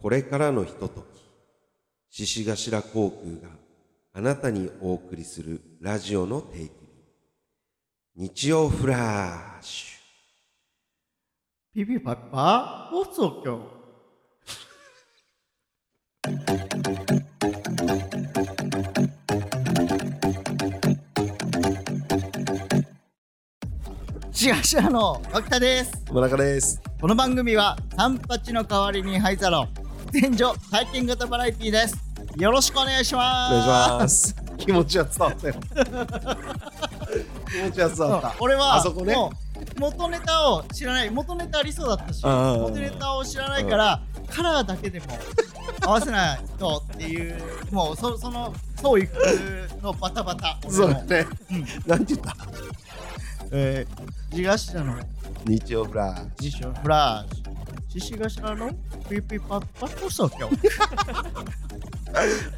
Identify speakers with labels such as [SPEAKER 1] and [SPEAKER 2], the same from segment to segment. [SPEAKER 1] これからのひととき、獅子頭航空があなたにお送りするラジオの提供。日曜フラッシュ。
[SPEAKER 2] ビビパパ放送局しがしらの脇田です
[SPEAKER 3] 村中です。
[SPEAKER 2] この番組は三八の代わりにハイサロン全女体験型バラエティーですよろしくお願いします
[SPEAKER 3] お願いします。 気持ちは伝わったよ。気持ちは伝わった。
[SPEAKER 2] 俺は
[SPEAKER 3] あそこね
[SPEAKER 2] もう元ネタを知らない元ネタありそうだったし
[SPEAKER 3] うんうんうん
[SPEAKER 2] 元ネタを知らないからカラーだけでも合わせないとっていうもうそそのそういうのバタバタ俺も
[SPEAKER 3] そうだね
[SPEAKER 2] うん。
[SPEAKER 3] なんて言った
[SPEAKER 2] えー、地頭の
[SPEAKER 3] 日曜フラッシ
[SPEAKER 2] 辞書フラッシュ獅子頭のピーピーパッパ放送今日
[SPEAKER 3] ュ。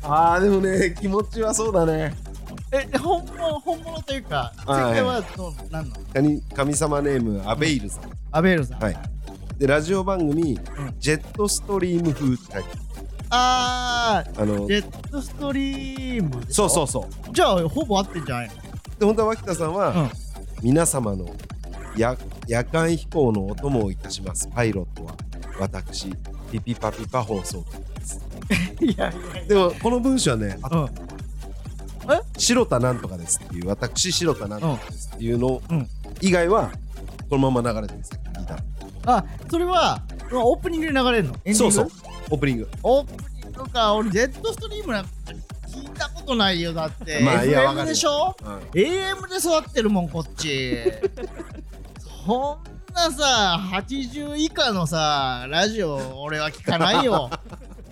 [SPEAKER 3] ああ、でもね、気持ちはそうだね。
[SPEAKER 2] えで本物本物というか正
[SPEAKER 3] はい
[SPEAKER 2] 解はどうなんの
[SPEAKER 3] 神神様ネーム、アベイルさん。
[SPEAKER 2] アベールさん、
[SPEAKER 3] はい。で、ラジオ番組、
[SPEAKER 2] ん
[SPEAKER 3] ジェットストリーム風って書いて
[SPEAKER 2] あ
[SPEAKER 3] ある。あの
[SPEAKER 2] ージ、ェットストリームでしょ
[SPEAKER 3] そうそうそう。
[SPEAKER 2] じゃあほぼ合ってんじゃないの
[SPEAKER 3] で、本当は脇田さんは、
[SPEAKER 2] うん
[SPEAKER 3] 皆様の夜夜間飛行のお供をいたします。パイロットは、私、ピピパピパ放送局です。
[SPEAKER 2] いやいやい
[SPEAKER 3] でも、この文章はね、
[SPEAKER 2] や。うん。
[SPEAKER 3] 白田なんとかですっていう私白田なんとかですっていうの
[SPEAKER 2] うん
[SPEAKER 3] 以外はこのまま流れてるさっき聞いた
[SPEAKER 2] あ、それは、オープニングで流れるのエンディング
[SPEAKER 3] そうそう。オープニング
[SPEAKER 2] オープニングか、俺、ジェットストリームなんか聞いたことないよ、だって。
[SPEAKER 3] まあいやわか
[SPEAKER 2] FM
[SPEAKER 3] る
[SPEAKER 2] でしょ
[SPEAKER 3] うん
[SPEAKER 2] ?AM で育ってるもん、こっち。そんなさ、80以下のさ、ラジオ、俺は聞かない よ。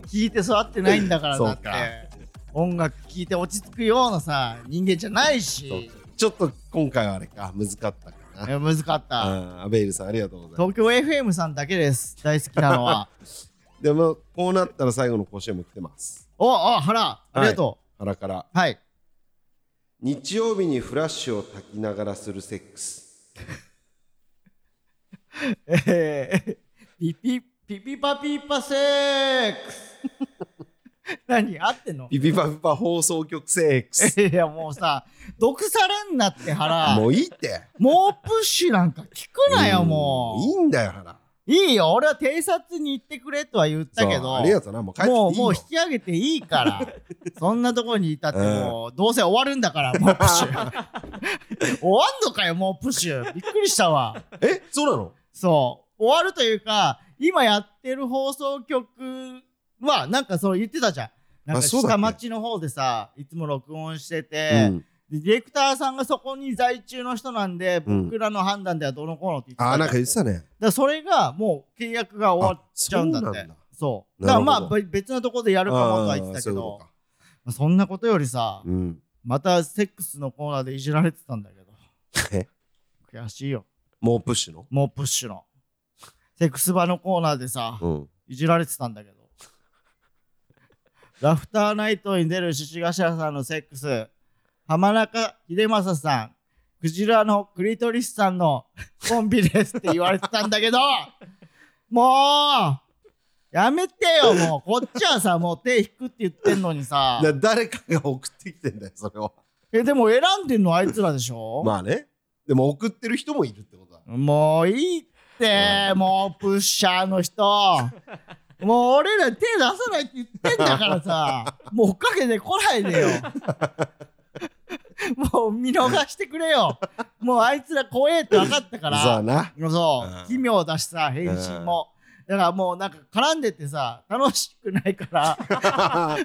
[SPEAKER 2] 聞いて育ってないんだから、
[SPEAKER 3] そう
[SPEAKER 2] だ
[SPEAKER 3] か
[SPEAKER 2] って。音楽聴いて落ち着くようなさ、人間じゃないし。
[SPEAKER 3] ちょっと今回はあれか難かったか
[SPEAKER 2] いや難かった。
[SPEAKER 3] なうんアベイルさんありがとうございま
[SPEAKER 2] 東京 FM さんだけです大好きなのは
[SPEAKER 3] すでもこうなったら最後の甲子園も来てます
[SPEAKER 2] おお原ありがと
[SPEAKER 3] 腹から
[SPEAKER 2] うはい、
[SPEAKER 1] 日曜日にフラッシュを焚きながらするセックス。
[SPEAKER 2] えー、 ピピピピパピパセックス 何合ってんの
[SPEAKER 3] ビビバビバ放送局セックス
[SPEAKER 2] いやもうさ毒されんなって原も
[SPEAKER 3] も
[SPEAKER 2] う
[SPEAKER 3] ういいって
[SPEAKER 2] プッシュなんか聞くなよも
[SPEAKER 3] んいいんだよ腹
[SPEAKER 2] ういいよ俺は偵察に行ってくれとは言ったけ
[SPEAKER 3] そう
[SPEAKER 2] ど
[SPEAKER 3] ありがとうなもう帰ってきていい
[SPEAKER 2] も
[SPEAKER 3] よ
[SPEAKER 2] うもう引き上げていいから そんなところにいたってもう、どうせ終わるんだからもうプッシ ュ終わんのかよもうプッシュびっくりしたわ
[SPEAKER 3] えそうなの
[SPEAKER 2] そう終わるというか今やってる放送局はなんかそう言ってたじゃんなん
[SPEAKER 3] あ
[SPEAKER 2] か
[SPEAKER 3] そうだっけ
[SPEAKER 2] 下町の方でさいつも録音して
[SPEAKER 3] う
[SPEAKER 2] て、
[SPEAKER 3] ん
[SPEAKER 2] でディレクターさんがそこに在中の人なんで、
[SPEAKER 3] うん
[SPEAKER 2] 僕らの判断ではどうのこうのって言ってたじゃ
[SPEAKER 3] あー
[SPEAKER 2] ん
[SPEAKER 3] なんか言ってたね
[SPEAKER 2] だからそれがもう契約が終わっちゃうんだ
[SPEAKER 3] あ
[SPEAKER 2] っ
[SPEAKER 3] そうな
[SPEAKER 2] て
[SPEAKER 3] んだ
[SPEAKER 2] そうだ
[SPEAKER 3] な
[SPEAKER 2] か
[SPEAKER 3] る
[SPEAKER 2] ら
[SPEAKER 3] ほど
[SPEAKER 2] まあべ別なとこでやるかもとは言ってた
[SPEAKER 3] あ
[SPEAKER 2] け
[SPEAKER 3] ーそういう
[SPEAKER 2] ど
[SPEAKER 3] ことか
[SPEAKER 2] まあそんなことよりさ
[SPEAKER 3] うん
[SPEAKER 2] またセックスのコーナーでいじられてたんだけど
[SPEAKER 3] え
[SPEAKER 2] 悔しいよ
[SPEAKER 3] もうプッシュの
[SPEAKER 2] もうプッシュのセックス場のコーナーでさ
[SPEAKER 3] うん
[SPEAKER 2] いじられてたんだけどラフターナイトに出る獅子頭さんのセックス浜中秀正さんクジラのクリトリスさんのコンビですって言われてたんだけどもうやめてよもうこっちはさもう手引くって言ってんのにさ
[SPEAKER 3] だ誰かが送ってきてんだよそれを
[SPEAKER 2] えでも選んでんのあいつらでしょ、
[SPEAKER 3] まあね。でも送ってる人もいるってことだ。
[SPEAKER 2] もういいってもうプッシャーの 人もう俺ら手出さないって言ってんだからさもう追っかけてこないでよ もう見逃してくれよもうあいつら怖えって分かったか
[SPEAKER 3] さあ
[SPEAKER 2] ら
[SPEAKER 3] な。
[SPEAKER 2] そう奇妙だしさ返信もだからもうなんか絡んでてさ楽しくないから
[SPEAKER 3] 楽しく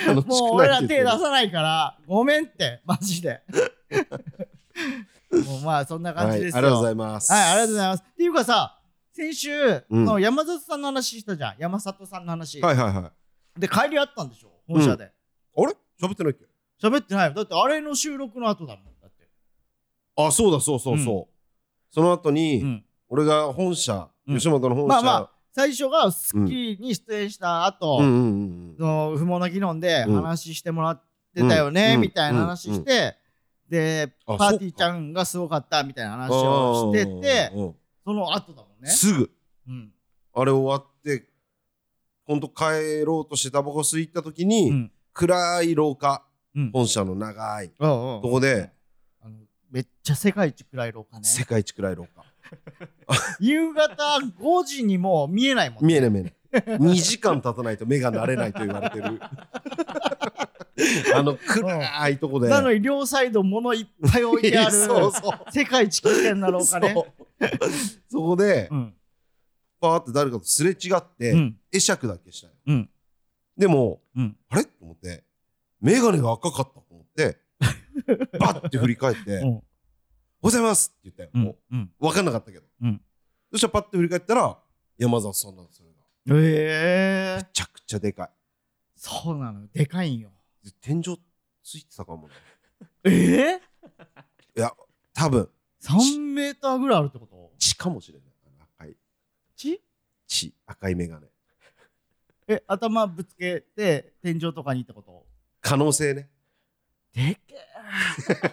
[SPEAKER 3] ないって言ってる
[SPEAKER 2] もう俺ら手出さないからごめんってマジで もうまあそんな感
[SPEAKER 3] はい、あ
[SPEAKER 2] じで
[SPEAKER 3] り
[SPEAKER 2] すよ、
[SPEAKER 3] がとうございます。
[SPEAKER 2] はい、ありがとうご
[SPEAKER 3] い
[SPEAKER 2] ざいます。っていうかさ、先週、
[SPEAKER 3] うん
[SPEAKER 2] その山里さんの話したじゃん。山里さんの話。
[SPEAKER 3] はいはいはい。
[SPEAKER 2] で、帰りあったんでしょ本社で。
[SPEAKER 3] あれ喋ってないっけ
[SPEAKER 2] 喋ってないよ。だって、あれの収録の後だもん。だって。
[SPEAKER 3] あ、そうだそうそうそう。その後に、
[SPEAKER 2] うん
[SPEAKER 3] 俺が本社、
[SPEAKER 2] うん
[SPEAKER 3] 吉本の本社。
[SPEAKER 2] まあまあ、最初が『スッキリ』に出演した後、
[SPEAKER 3] うんうんうん
[SPEAKER 2] その不毛な議論で
[SPEAKER 3] うん
[SPEAKER 2] 話してもらってたよね、
[SPEAKER 3] うん
[SPEAKER 2] みたいな話して、で、
[SPEAKER 3] あ
[SPEAKER 2] パーティーちゃんがすごかったみたいな
[SPEAKER 3] うん。
[SPEAKER 2] 話をしてて、
[SPEAKER 3] うんうんうん
[SPEAKER 2] その後だもんね。
[SPEAKER 3] すぐ、
[SPEAKER 2] うん。
[SPEAKER 3] あれ終わって、ほんと帰ろうとしてタバコ吸い行った時に、
[SPEAKER 2] うん
[SPEAKER 3] 暗い廊下、
[SPEAKER 2] うん
[SPEAKER 3] 本社の長い
[SPEAKER 2] おうおう
[SPEAKER 3] とこで、
[SPEAKER 2] あのめっちゃ世界一暗い廊下ね
[SPEAKER 3] 世界一暗い廊下
[SPEAKER 2] 夕方5時にもう見えないもん
[SPEAKER 3] 見えない見えない2時間経たないと目が慣れないと言われてるあの暗いとこで
[SPEAKER 2] なのに両サイド物いっぱい置いてある
[SPEAKER 3] そうそう
[SPEAKER 2] 世界一危険な廊下ね
[SPEAKER 3] そうそこで、
[SPEAKER 2] うん
[SPEAKER 3] パーって誰かとすれ違って、
[SPEAKER 2] うん
[SPEAKER 3] 会釈だけしたよ、
[SPEAKER 2] うん
[SPEAKER 3] でも、
[SPEAKER 2] うん
[SPEAKER 3] あれと思って眼鏡が赤かったと思ってバッて振り返って「おはようございます」って言ったよ、
[SPEAKER 2] うん
[SPEAKER 3] も
[SPEAKER 2] うん
[SPEAKER 3] う分かんなかったけど、
[SPEAKER 2] うん
[SPEAKER 3] そしたらパッて振り返ったら山里さんなんですそれが
[SPEAKER 2] ええ
[SPEAKER 3] めちゃくちゃでか
[SPEAKER 2] そうなのよでかいんよ
[SPEAKER 3] いで天井ついてたかもね
[SPEAKER 2] ええ
[SPEAKER 3] いや多分
[SPEAKER 2] 3メーターぐらいあるってこと
[SPEAKER 3] 血かもしれない赤い
[SPEAKER 2] ち
[SPEAKER 3] 血赤い眼鏡
[SPEAKER 2] え頭ぶつけて天井とかにってこと
[SPEAKER 3] 可能性ね
[SPEAKER 2] でけえ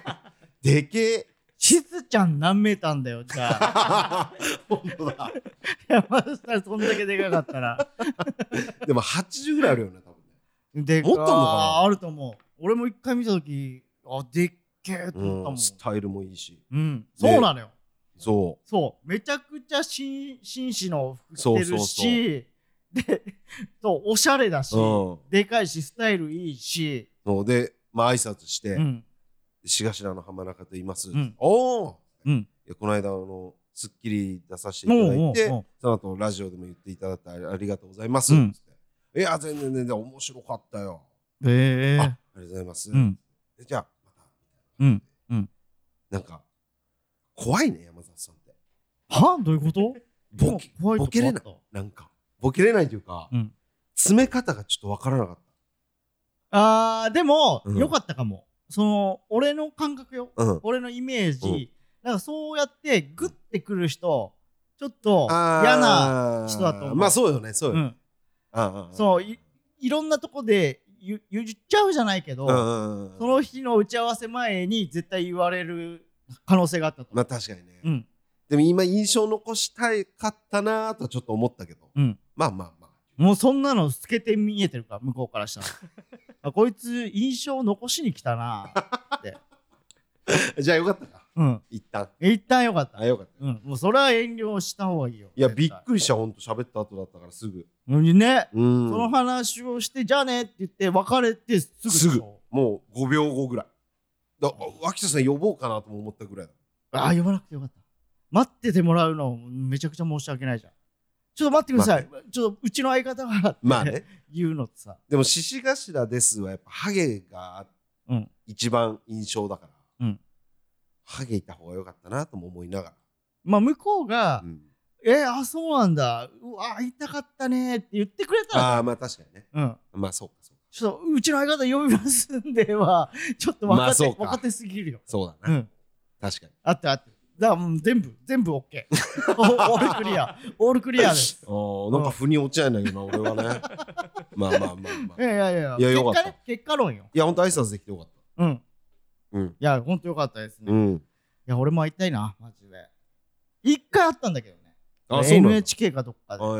[SPEAKER 3] でけえ
[SPEAKER 2] しずちゃん何メーターんだよじゃあ
[SPEAKER 3] 本当だ
[SPEAKER 2] 山田さんそんだけでかかったら
[SPEAKER 3] でも80ぐらいあるよね多分ね
[SPEAKER 2] でか
[SPEAKER 3] 持ったのかな
[SPEAKER 2] あると思う俺も一回見た時あでっけえと思ったも
[SPEAKER 3] うんん、スタイルもいいし
[SPEAKER 2] うん、そうなのよ、
[SPEAKER 3] そ
[SPEAKER 2] そうめちゃくちゃ紳紳士の服着てるしで そうおしゃれだし、
[SPEAKER 3] う、うん
[SPEAKER 2] でかいしスタイルいいし、
[SPEAKER 3] そうでまあ挨拶して
[SPEAKER 2] うん、
[SPEAKER 3] 「しがしらの浜中と言います」
[SPEAKER 2] うん
[SPEAKER 3] おお、
[SPEAKER 2] うん
[SPEAKER 3] いやこの間あの『スッキリ』出させてい
[SPEAKER 2] も
[SPEAKER 3] た
[SPEAKER 2] う
[SPEAKER 3] だ
[SPEAKER 2] も
[SPEAKER 3] いうて
[SPEAKER 2] も
[SPEAKER 3] その後ラジオでも言っていただいてありがとうございます」
[SPEAKER 2] うん
[SPEAKER 3] つっていや全然全然面白かったよ
[SPEAKER 2] うへえ
[SPEAKER 3] あありがとうございます」
[SPEAKER 2] うん
[SPEAKER 3] でじゃあまた」
[SPEAKER 2] うんうん
[SPEAKER 3] なんか怖いね山里さんって
[SPEAKER 2] はどういうこと
[SPEAKER 3] ボケ
[SPEAKER 2] ホワイト
[SPEAKER 3] ボケれない
[SPEAKER 2] とかあっ
[SPEAKER 3] なんかボケれないというか、
[SPEAKER 2] うん
[SPEAKER 3] 詰め方がちょっとわからなかった
[SPEAKER 2] あーでも、
[SPEAKER 3] うん
[SPEAKER 2] よかったかもその俺の感覚よ
[SPEAKER 3] うん、
[SPEAKER 2] 俺のイメージ、
[SPEAKER 3] うん
[SPEAKER 2] なんかそうやってグッてくる人ちょっと
[SPEAKER 3] あー
[SPEAKER 2] 嫌な、人だと思う
[SPEAKER 3] まあそうよねそうよ
[SPEAKER 2] う
[SPEAKER 3] ね、
[SPEAKER 2] ん、
[SPEAKER 3] ああああ
[SPEAKER 2] そういいろんなとこで言言っちゃうじゃないけど、
[SPEAKER 3] うん
[SPEAKER 2] その日の打ち合わせ前に絶対言われる可能性があったと思
[SPEAKER 3] ま
[SPEAKER 2] う、
[SPEAKER 3] あ確かにね、
[SPEAKER 2] うん
[SPEAKER 3] でも今印象残したいかったなーとはちょっと思ったけど、
[SPEAKER 2] うん
[SPEAKER 3] まあまあまあ
[SPEAKER 2] もうそんなの透けて見えてるから向こうから したらあこいつ印象残しに来た な、
[SPEAKER 3] じゃあよかったか
[SPEAKER 2] うん、
[SPEAKER 3] 一旦
[SPEAKER 2] 一旦よかった
[SPEAKER 3] あよかった、
[SPEAKER 2] うん、もうそれは遠慮した方がいいよ
[SPEAKER 3] いやび
[SPEAKER 2] 絶
[SPEAKER 3] っくりしたほんと喋った後だったからすぐ
[SPEAKER 2] 対ね
[SPEAKER 3] うん
[SPEAKER 2] その話をして、じゃあねって言って、別れてすぐ。
[SPEAKER 3] すぐもう5秒後ぐらいだあ秋田さん呼ぼうかなとも思ったぐらいだ
[SPEAKER 2] ああ、呼ばなくてよかった。待っててもらうの、めちゃくちゃ申し訳ないじゃん。ちょっと待ってください。ちょっとうちの相方が、
[SPEAKER 3] ま あ。ね
[SPEAKER 2] 言うのってさ。
[SPEAKER 3] でも「獅子頭です」はやっぱハゲが
[SPEAKER 2] うん
[SPEAKER 3] 一番印象だから、
[SPEAKER 2] うん
[SPEAKER 3] ハゲいた方がよかったなとも思いなが
[SPEAKER 2] まあ、向こう
[SPEAKER 3] ら、
[SPEAKER 2] が
[SPEAKER 3] う、ん
[SPEAKER 2] え、あ、そうなんだ。うわ、会いたかったねって言ってくれたら、
[SPEAKER 3] ああまあ確かにね
[SPEAKER 2] うん。
[SPEAKER 3] まあそうかそうか
[SPEAKER 2] ちょっと、うちの相方呼びますんでは、ちょっと
[SPEAKER 3] まあ
[SPEAKER 2] 若手、
[SPEAKER 3] そうか
[SPEAKER 2] 若手すぎるよ。
[SPEAKER 3] そうだ
[SPEAKER 2] う
[SPEAKER 3] な、
[SPEAKER 2] ん。
[SPEAKER 3] 確かに
[SPEAKER 2] あってるあってる。だから、うん全部、全部 OK。おオ ールクリア。オールクリアです。
[SPEAKER 3] あーなんか腑に落ちないんだけどな、俺は ね。まあまあまあ
[SPEAKER 2] い
[SPEAKER 3] まあ。い
[SPEAKER 2] やいやいや、
[SPEAKER 3] いやよか
[SPEAKER 2] 結
[SPEAKER 3] った
[SPEAKER 2] 果ね、結果論よ。
[SPEAKER 3] や、ほんと挨拶できてよかっ
[SPEAKER 2] うん。
[SPEAKER 3] うん
[SPEAKER 2] いや、ほんとよかったですね。
[SPEAKER 3] た。
[SPEAKER 2] い
[SPEAKER 3] ん。
[SPEAKER 2] や、俺も会いたいな、マジで。一回あったんだけどね。
[SPEAKER 3] あ、そうなんだ
[SPEAKER 2] NHK かどっかで。
[SPEAKER 3] え
[SPEAKER 2] う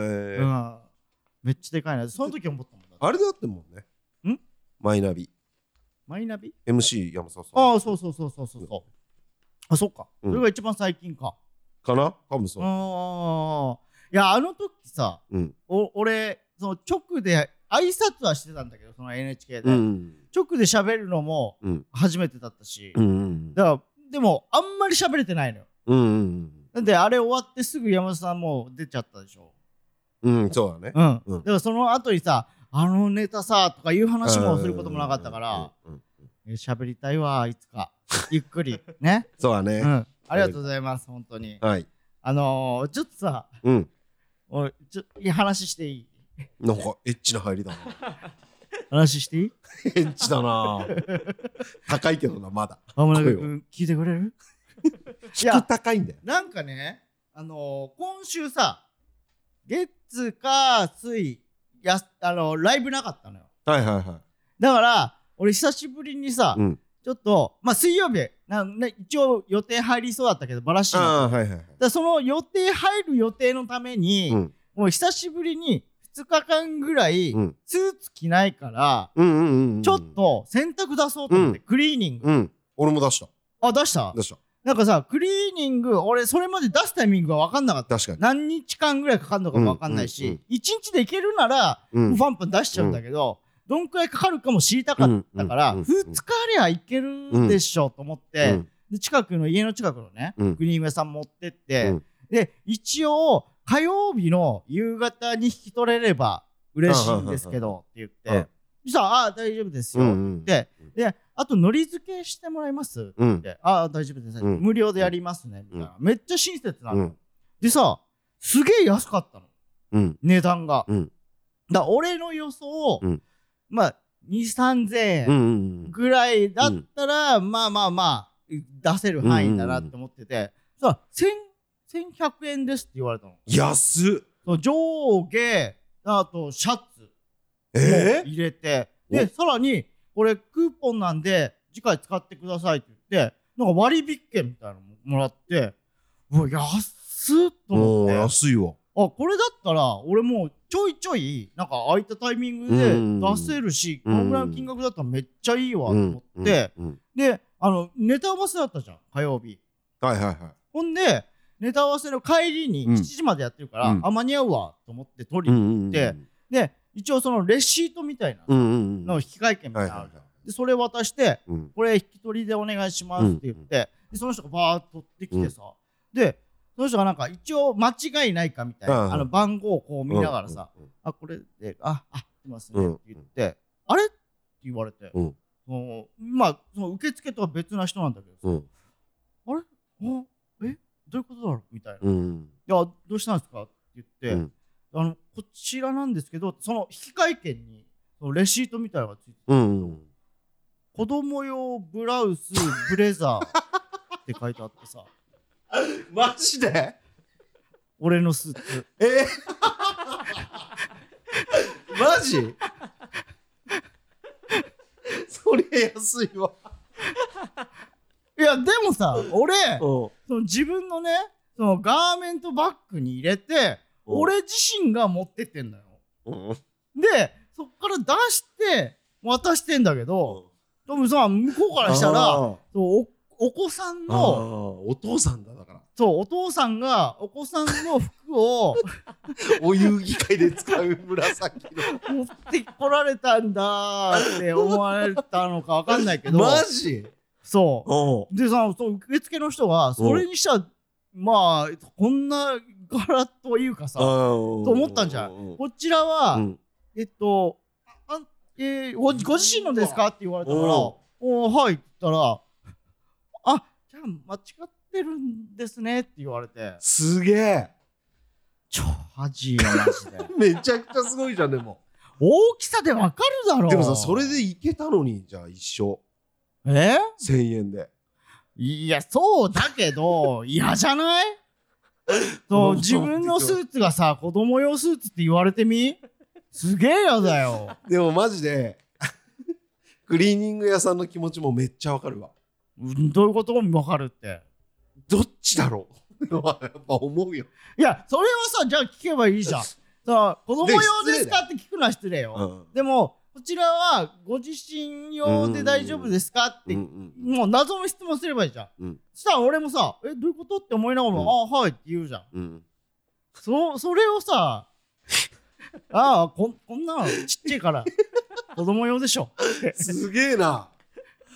[SPEAKER 3] ー
[SPEAKER 2] ん。めっちゃでかいな。その時思ったもんだ。
[SPEAKER 3] あれであってんもんね。
[SPEAKER 2] ん
[SPEAKER 3] マイナビ。
[SPEAKER 2] マイナビ
[SPEAKER 3] MC 山里さん。
[SPEAKER 2] ああ、そうそうそうそうそうそう。あ、そっか。
[SPEAKER 3] うん
[SPEAKER 2] それが一番最近か。
[SPEAKER 3] かな多分
[SPEAKER 2] う
[SPEAKER 3] そう。
[SPEAKER 2] ん。いや、あの時さ、
[SPEAKER 3] うん
[SPEAKER 2] お俺、その直で挨拶はしてたんだけど、その NHK で。
[SPEAKER 3] ん。
[SPEAKER 2] 直で喋るのも
[SPEAKER 3] うん
[SPEAKER 2] 初めてだったし。
[SPEAKER 3] うんうん。
[SPEAKER 2] だからでもあんまり喋れてないのよ
[SPEAKER 3] うんうん
[SPEAKER 2] なんであれ終わってすぐ山田さんもう出ちゃったでしょ
[SPEAKER 3] うん。うん、そうだね。
[SPEAKER 2] うん、
[SPEAKER 3] うん
[SPEAKER 2] だからその後にさあのネタさとかいう話もすることもなかったから
[SPEAKER 3] うん。うんうん
[SPEAKER 2] え喋りたいわいつかゆっく りね
[SPEAKER 3] そうだ
[SPEAKER 2] う
[SPEAKER 3] ね。
[SPEAKER 2] んありがとうございます本当に
[SPEAKER 3] はい。
[SPEAKER 2] あのー、ちょっとさ
[SPEAKER 3] うん。
[SPEAKER 2] 俺ちょいい話していい
[SPEAKER 3] なんかエッチな入りだな。
[SPEAKER 2] 話していい
[SPEAKER 3] エッチだな。 高いけどな、まだ。
[SPEAKER 2] 浜中
[SPEAKER 3] 声を
[SPEAKER 2] 君聞いてくれるい
[SPEAKER 3] 低
[SPEAKER 2] や
[SPEAKER 3] 高いんだよ。
[SPEAKER 2] なんかね、あのー今週さ、月、火、水、やすあのーライブなかったのよ。
[SPEAKER 3] はいはいは
[SPEAKER 2] だから、俺久しぶりにさ、
[SPEAKER 3] うん
[SPEAKER 2] ちょっと、まあ水曜日な、ね、一応予定入りそうだったけど、バラし
[SPEAKER 3] い。
[SPEAKER 2] な。だか
[SPEAKER 3] ああ、はいはいはい。
[SPEAKER 2] らその予定入る予定のために、
[SPEAKER 3] うん
[SPEAKER 2] もう久しぶりに2日間ぐらい
[SPEAKER 1] うん
[SPEAKER 2] スーツ着ないから、
[SPEAKER 1] うんうんうんうん
[SPEAKER 2] ちょっと洗濯出そうと思って、クリーニング。
[SPEAKER 1] うん
[SPEAKER 3] 俺も出した
[SPEAKER 2] あ、出した
[SPEAKER 3] 出した
[SPEAKER 2] なんかさ、クリーニング、俺それまで出すタイミングが分かんなかった。
[SPEAKER 3] 確かに
[SPEAKER 2] 何日間ぐらいかかるのかも分かんな
[SPEAKER 1] うんう
[SPEAKER 2] い
[SPEAKER 1] ん
[SPEAKER 2] し、1日でいけるなら、
[SPEAKER 1] うん
[SPEAKER 2] ファンパン出しちゃうんだけど、どんくらいかかるかも知りたかったから、
[SPEAKER 1] うんうん
[SPEAKER 2] 2
[SPEAKER 1] うん
[SPEAKER 2] 日ありゃいけるでしょと思って、
[SPEAKER 1] うん
[SPEAKER 2] で近くの家の近くのね、
[SPEAKER 1] うん
[SPEAKER 2] クリーム屋さん持ってって、
[SPEAKER 1] うん
[SPEAKER 2] で一応火曜日の夕方に引き取れれば嬉しいんですけどって言って、
[SPEAKER 1] うんうんうん
[SPEAKER 2] そしたら「ああ大丈夫ですよ」
[SPEAKER 1] う
[SPEAKER 2] っ
[SPEAKER 1] ん
[SPEAKER 2] て
[SPEAKER 1] うん
[SPEAKER 2] 言って、であとのり付けしてもらいます
[SPEAKER 1] う
[SPEAKER 2] っ
[SPEAKER 1] ん
[SPEAKER 2] て「ああ大丈夫です、
[SPEAKER 1] うん
[SPEAKER 2] 無料でやりますね」みたいな、めっちゃ親切なの、
[SPEAKER 1] うん
[SPEAKER 2] でさすげえ安かったの
[SPEAKER 1] うん
[SPEAKER 2] 値段が、
[SPEAKER 1] うん
[SPEAKER 2] だから俺の予想、
[SPEAKER 1] うん
[SPEAKER 2] まあ2 3 0 0 0円、
[SPEAKER 1] うんうん
[SPEAKER 2] ぐらいだったら、まあまあまあ出せる範囲だなって思ってて、さ1100円ですって言われたの
[SPEAKER 3] 安っ
[SPEAKER 2] その上下あとシャツ
[SPEAKER 3] えー
[SPEAKER 2] 入れて、でさらにこれクーポンなんで次回使ってくださいって言ってなんか割引券みたいなのもらってうわ安っと思っ
[SPEAKER 3] もう
[SPEAKER 2] てあ
[SPEAKER 3] 安いわ
[SPEAKER 2] これだったら俺もうちょいちょいなんか空いたタイミングで出せるし、
[SPEAKER 1] うん
[SPEAKER 2] このぐらいの金額だったらめっちゃいいわと
[SPEAKER 1] う
[SPEAKER 2] 思
[SPEAKER 1] ん
[SPEAKER 2] って。
[SPEAKER 1] うん
[SPEAKER 2] で、あの、ネタ合わせだったじゃん、火曜日。
[SPEAKER 3] はいはいはい
[SPEAKER 2] ほんで、ネタ合わせの帰りに
[SPEAKER 1] うん
[SPEAKER 2] 7時までやってるから、
[SPEAKER 1] うん
[SPEAKER 2] あ、間に合うわと思って取
[SPEAKER 1] う
[SPEAKER 2] り、
[SPEAKER 1] ん
[SPEAKER 2] でで、一応そのレシートみたいな
[SPEAKER 1] うんうん
[SPEAKER 2] の引き換え券みた
[SPEAKER 3] はいい
[SPEAKER 2] なのあ
[SPEAKER 3] は
[SPEAKER 2] る
[SPEAKER 3] い
[SPEAKER 2] じゃん
[SPEAKER 3] はい
[SPEAKER 2] で、それ渡して、
[SPEAKER 1] うん
[SPEAKER 2] これ引き取りでお願いしますって言って、でその人がバーッと取ってきてさ、で、その人がなんか一応間違いないかみたいな、
[SPEAKER 3] うん
[SPEAKER 2] あの番号をこう見ながらさ、
[SPEAKER 1] うん
[SPEAKER 2] あ、これで、あ、あ、出ますねって言って、あれって言われて、
[SPEAKER 1] うん
[SPEAKER 2] そのまあ、その受付とは別な人なんだけどさ、
[SPEAKER 1] うん
[SPEAKER 2] おえどういうことだろうみたいな「い
[SPEAKER 1] うん
[SPEAKER 2] やどうしたんですか?」って言って、
[SPEAKER 1] うん
[SPEAKER 2] あの「こちらなんですけどその引換券にそのレシートみたいなのがついてて
[SPEAKER 1] うん
[SPEAKER 2] 子供用ブラウスブレザー」って書いてあってさ
[SPEAKER 3] マジで
[SPEAKER 2] 俺のスーツ
[SPEAKER 3] えー マジそれ安いわ
[SPEAKER 2] いやでもさ俺
[SPEAKER 3] うん
[SPEAKER 2] その自分のねそのガーメントバッグに入れて俺自身が持ってってんだよ
[SPEAKER 1] うん
[SPEAKER 2] でそっから出して渡してんだけど多分さ向こうからしたらそうおお子さん
[SPEAKER 3] あー
[SPEAKER 2] の
[SPEAKER 3] お父さんだだから
[SPEAKER 2] そう、お父さんがお子さんの服を
[SPEAKER 3] お遊戯会で使う紫
[SPEAKER 2] 持ってこられたんだって思われたのかわかんないけ
[SPEAKER 3] の
[SPEAKER 2] ど、
[SPEAKER 3] マジ
[SPEAKER 2] そ
[SPEAKER 3] うん
[SPEAKER 2] う。でさ、そう受付の人が、それにしたら、まあ、こんな柄というかさ、
[SPEAKER 3] と
[SPEAKER 2] と思ったんじゃんこちらは、えっと、あんえーごご自身のですかって言われたから、
[SPEAKER 3] うん
[SPEAKER 2] おーはいって言ったら、あじゃあ間違ってるんですねって言われて、
[SPEAKER 3] すげえ
[SPEAKER 2] 超恥よ、マジで。
[SPEAKER 3] めちゃくちゃすごいじゃんでも
[SPEAKER 2] 大きさでわかるだろ
[SPEAKER 3] でもさそれでいけたのにじゃあ一生
[SPEAKER 2] え
[SPEAKER 3] 1000円で
[SPEAKER 2] いやそうだけ ど嫌じゃないそう自分のスーツがさ子供用スーツって言われてみすげえ嫌だよ
[SPEAKER 3] でもマジで クリーニング屋さんの気持ちもめっちゃわかるわ
[SPEAKER 2] うんどういうこともわかるって
[SPEAKER 3] どっちだろう やっぱ思うよ、
[SPEAKER 2] いやそれはさじゃあ聞けばいいじゃんさあ子供用ですかって聞くのは失礼よ、
[SPEAKER 3] うん、
[SPEAKER 2] でもこちらはご自身用で大丈夫ですかって、
[SPEAKER 1] うん
[SPEAKER 2] もう謎の質問すればいいじゃん、
[SPEAKER 1] うん
[SPEAKER 2] そしたら俺もさ「えどういうこと?」って思いながら「
[SPEAKER 1] うん
[SPEAKER 2] ああはい」って言うじゃん
[SPEAKER 1] うん
[SPEAKER 2] そそれを さああこんこんなのちっちゃいから子供用でしょ
[SPEAKER 3] すげえな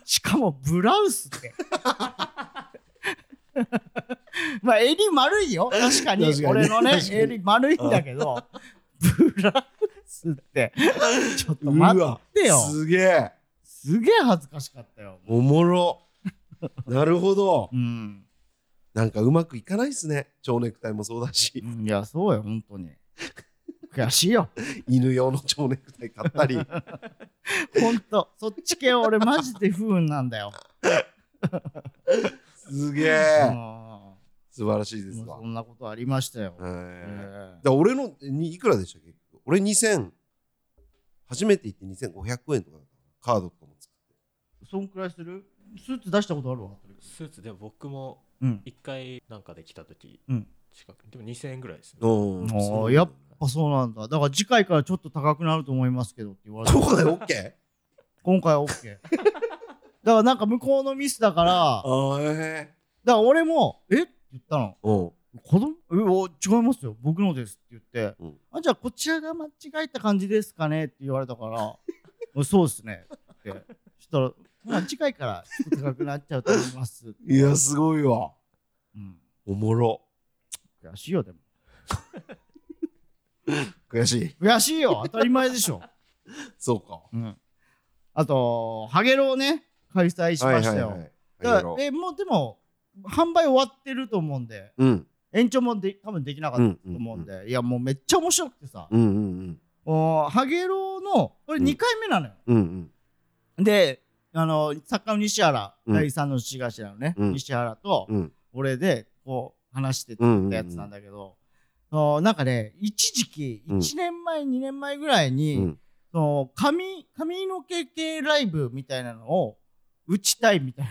[SPEAKER 2] しかもブラウスって まあ襟丸いよ確かに
[SPEAKER 3] 確かに
[SPEAKER 2] 俺のね
[SPEAKER 3] 確かに
[SPEAKER 2] 襟丸いんだけどブラウスってちょっと待っ
[SPEAKER 3] わ
[SPEAKER 2] てよ
[SPEAKER 3] すげえ
[SPEAKER 2] すげえ恥ずかしかったよ
[SPEAKER 3] おもろなるほど
[SPEAKER 2] うん
[SPEAKER 3] なんかうまくいかないっすね蝶ネクタイもそうだし
[SPEAKER 2] いやそうよ本当に悔しいよ
[SPEAKER 3] 犬用の蝶ネクタイ買ったり
[SPEAKER 2] 本当そっち系俺マジで不運なんだよ、
[SPEAKER 3] すげ
[SPEAKER 2] う
[SPEAKER 3] え
[SPEAKER 2] ん
[SPEAKER 3] 素晴らしいですわ
[SPEAKER 2] そんなことありましたよ、
[SPEAKER 3] はい
[SPEAKER 2] え
[SPEAKER 3] だから俺のにいくらでしたっけ俺2000初めて行って2500円とかカードとかも使って
[SPEAKER 2] えそんくらいするスーツ出したことあるわ
[SPEAKER 4] スーツでも僕も
[SPEAKER 2] うん
[SPEAKER 4] 一回なんかで来た時、
[SPEAKER 2] うん
[SPEAKER 4] 近くでも2000円ぐらいですね
[SPEAKER 3] お
[SPEAKER 2] もうやっぱそうなんだだから次回からちょっと高くなると思いますけどって言われて
[SPEAKER 3] 今回 OK?
[SPEAKER 2] 今回 OK だからなんか向こうのミスだからだか
[SPEAKER 3] あえ
[SPEAKER 2] ら俺も「えっ?」て言ったの
[SPEAKER 3] えうん
[SPEAKER 2] 子供えお違いますよ僕のですって言って、
[SPEAKER 1] うん
[SPEAKER 2] あじゃあこちらが間違えた感じですかねって言われたから そうですねってそしたら、まあ、 次回からちょっと高くなっちゃうと思います、
[SPEAKER 3] いやすごいわ
[SPEAKER 2] うん、
[SPEAKER 3] おもろ
[SPEAKER 2] 悔しいよでも
[SPEAKER 3] 悔しい
[SPEAKER 2] 悔しいよ当たり前でしょ、
[SPEAKER 3] そうか
[SPEAKER 2] うん、あとハゲロをね開催しましたよ、だから
[SPEAKER 3] はい
[SPEAKER 2] えもうでも販売終わってると思うんで
[SPEAKER 1] うん
[SPEAKER 2] 延長もで多分できなかったと思うんで、いやもうめっちゃ面白くてさ、
[SPEAKER 1] うんうん
[SPEAKER 2] もうハゲロのこれ2回目なのよ、
[SPEAKER 1] うんうん
[SPEAKER 2] であの作家の西原、
[SPEAKER 1] うん
[SPEAKER 2] 第三の父頭のね、
[SPEAKER 1] うん
[SPEAKER 2] 西原と
[SPEAKER 1] うん
[SPEAKER 2] 俺でこう話して
[SPEAKER 1] うんうんう
[SPEAKER 2] た
[SPEAKER 1] ん
[SPEAKER 2] やつなんだけど、そのなんかね一時期
[SPEAKER 1] うん
[SPEAKER 2] 1年前、2年前ぐらいに、
[SPEAKER 1] うん
[SPEAKER 2] その髪髪の毛系ライブみたいなのを打ちたいみたい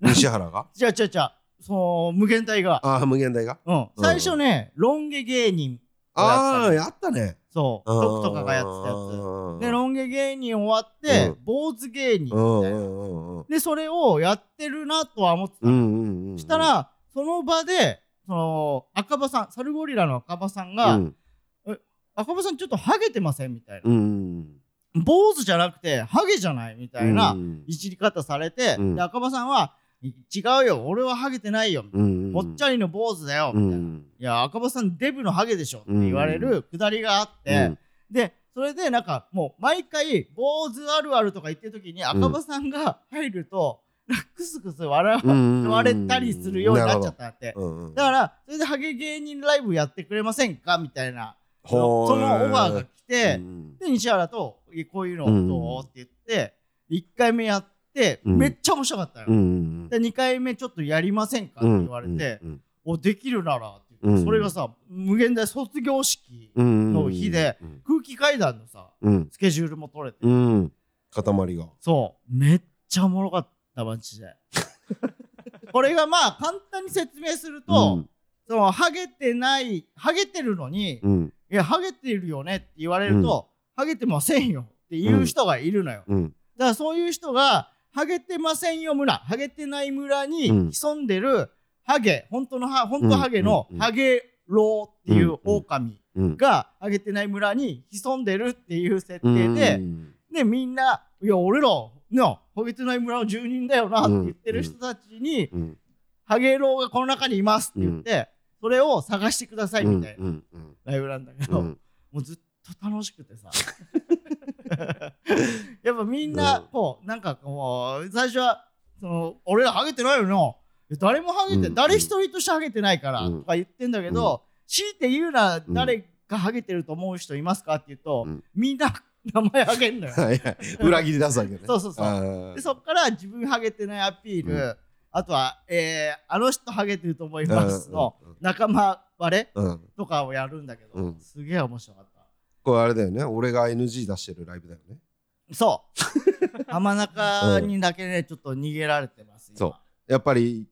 [SPEAKER 2] な
[SPEAKER 3] 西 原が
[SPEAKER 2] じゃあじゃあじゃあその無限大が、
[SPEAKER 1] ああ無限大が
[SPEAKER 2] うん、
[SPEAKER 1] うん
[SPEAKER 2] 最初ね、ロン毛芸人
[SPEAKER 3] あ
[SPEAKER 2] やった
[SPEAKER 3] あ
[SPEAKER 2] ね
[SPEAKER 3] やったね
[SPEAKER 2] そう僕とかがやってたやつでロン毛芸人終わって、
[SPEAKER 1] うん
[SPEAKER 2] 坊主芸人みたいな、
[SPEAKER 3] うんうんうんうん
[SPEAKER 2] でそれをやってるなとは思ってた
[SPEAKER 1] う
[SPEAKER 2] の、
[SPEAKER 1] んうんうん
[SPEAKER 2] したらその場でその赤羽さんサルゴリラの赤羽さん
[SPEAKER 1] う
[SPEAKER 2] が、
[SPEAKER 1] ん
[SPEAKER 2] 赤羽さんちょっとハゲてませんみたいな、
[SPEAKER 1] うんうん
[SPEAKER 2] 坊主じゃなくてハゲじゃないみたいな
[SPEAKER 1] うん
[SPEAKER 2] いじり方されて、
[SPEAKER 1] うん
[SPEAKER 2] で赤羽さんは「い違うよ俺はハゲてないよ」
[SPEAKER 1] うんうん
[SPEAKER 2] もっちゃりの坊主だよ」
[SPEAKER 1] う
[SPEAKER 2] み
[SPEAKER 1] ん
[SPEAKER 2] たいな「いや赤羽さんデブのハゲでしょ」って言われ
[SPEAKER 1] う
[SPEAKER 2] るくだりがあって。
[SPEAKER 1] うん
[SPEAKER 2] でそれでなんかもう毎回坊主あるあるとか言ってる時に赤羽さんが入ると、なんかクスクス笑
[SPEAKER 1] うんうんうん
[SPEAKER 2] われたりするようになっちゃったんだって
[SPEAKER 3] うんうん
[SPEAKER 2] だからそれでハゲ芸人ライブやってくれませんかみたいなそ
[SPEAKER 3] ほ
[SPEAKER 2] の
[SPEAKER 3] ー
[SPEAKER 2] そのオファーが来て、
[SPEAKER 1] うん
[SPEAKER 2] で西原とえこういうのどうって言って1回目やって、
[SPEAKER 1] うん
[SPEAKER 2] めっちゃ面白かったよ、
[SPEAKER 1] うんうん
[SPEAKER 2] で2回目ちょっとやりませんかって
[SPEAKER 1] うん
[SPEAKER 2] 言われて、
[SPEAKER 1] うん
[SPEAKER 2] おできるならって言って、
[SPEAKER 1] うん
[SPEAKER 2] それがさ無限大卒業式、
[SPEAKER 1] うんうん
[SPEAKER 2] の日で空気階段のさ
[SPEAKER 1] うん
[SPEAKER 2] スケジュールも取れて、
[SPEAKER 1] うん
[SPEAKER 3] 塊が
[SPEAKER 2] そうめっちゃおもろかったマ ジでこれがまあ簡単に説明すると、そのハゲてないハゲてるのに、
[SPEAKER 1] うんうん
[SPEAKER 2] いやハゲてるよねって言われると、ハゲてませんよっていう人がいるのよ、
[SPEAKER 1] うん
[SPEAKER 2] だからそういう人がハゲてませんよ村ハゲてない村
[SPEAKER 1] うん
[SPEAKER 2] に潜んでるハゲ本当のハ本当ハゲの
[SPEAKER 1] うんうん
[SPEAKER 2] ハゲロウっていう狼、
[SPEAKER 1] うん
[SPEAKER 2] が上げてない村に潜んでるっていう設定で、でみんな「いや俺らの上げてない村の住人だよな」って言ってる人たちに「
[SPEAKER 1] うん
[SPEAKER 2] ハゲロウがこの中にいます」って言って、それを探してくださいみたいな
[SPEAKER 1] うんうん
[SPEAKER 2] ライブなんだけ
[SPEAKER 1] う
[SPEAKER 2] ど、
[SPEAKER 1] ん
[SPEAKER 2] もうずっと楽しくてさ やっぱみんなこうなんかこう最初はその「俺らハゲてないよな」誰もハゲて、
[SPEAKER 1] うん
[SPEAKER 2] 誰一人としてハゲてないから、
[SPEAKER 1] うん
[SPEAKER 2] とか言ってんだけど、強いて言うなら誰がハゲてると思う人いますかって言うと、
[SPEAKER 1] うん
[SPEAKER 2] みんな名前ハゲんのよ。
[SPEAKER 3] はいはい裏切り出すわけね
[SPEAKER 2] そうそうそう
[SPEAKER 3] う
[SPEAKER 2] でそっから自分ハゲてないアピール、
[SPEAKER 1] うん
[SPEAKER 2] あとは、えーあの人ハゲてると思います」の仲間割れ
[SPEAKER 3] うん
[SPEAKER 2] とかをやるんだけど、
[SPEAKER 1] うん
[SPEAKER 2] すげえ面白かった。
[SPEAKER 3] これあれだよね俺が NG 出してるライブだよね
[SPEAKER 2] そう。浜中にだけね、ちょっと逃げられてます。今
[SPEAKER 3] そうやっぱり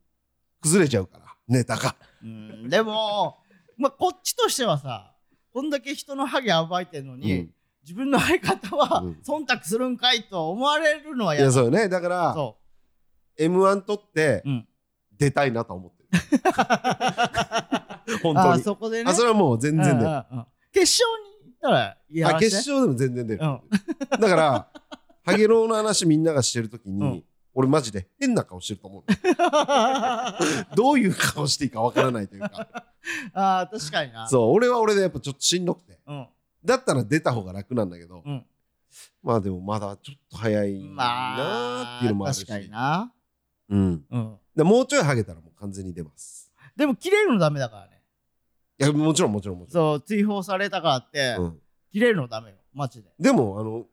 [SPEAKER 3] 崩れちゃうからネタが
[SPEAKER 2] うん、でも、まあ、こっちとしてはさ、こんだけ人のハゲ暴いてるのに、
[SPEAKER 1] うん
[SPEAKER 2] 自分の相方は
[SPEAKER 1] うん
[SPEAKER 2] 忖度するんかいと思われるのはいや
[SPEAKER 3] や
[SPEAKER 2] だ
[SPEAKER 3] そうよねだから
[SPEAKER 2] そ
[SPEAKER 3] m 1取って
[SPEAKER 2] うん
[SPEAKER 3] 出たいなと思ってる
[SPEAKER 2] う。
[SPEAKER 3] 本
[SPEAKER 2] あ
[SPEAKER 3] 当
[SPEAKER 2] あ
[SPEAKER 3] に
[SPEAKER 2] そこでね。
[SPEAKER 3] あそれはもう全然出
[SPEAKER 2] うん
[SPEAKER 3] る
[SPEAKER 2] うんうん決勝に行ったらや
[SPEAKER 3] あ
[SPEAKER 2] らせて
[SPEAKER 3] 決勝でも全然出る
[SPEAKER 2] うん
[SPEAKER 3] だからハゲロウの話みんながしてるときに、
[SPEAKER 2] うん
[SPEAKER 3] 俺マジで変な顔してると思うの どういう顔していいかわからないというか
[SPEAKER 2] ああ、確かにな。
[SPEAKER 3] そう俺は俺でやっぱちょっとしんどくて
[SPEAKER 2] うん。
[SPEAKER 3] だったら出た方が楽なんだけど、
[SPEAKER 2] うん
[SPEAKER 3] まあでもまだちょっと早いなー
[SPEAKER 2] まあ、
[SPEAKER 3] っていうのもあるし、
[SPEAKER 2] 確かにな。
[SPEAKER 1] うん
[SPEAKER 2] うん。
[SPEAKER 3] でもうちょいハゲたらもう完全に出ます
[SPEAKER 2] でも、切れるのダメだからね。
[SPEAKER 3] いやもちろんもちろんもちろ
[SPEAKER 2] そ
[SPEAKER 3] ん
[SPEAKER 2] う、追放されたからって、
[SPEAKER 3] うん
[SPEAKER 2] 切れるのダメよ。マジで。
[SPEAKER 3] でもあの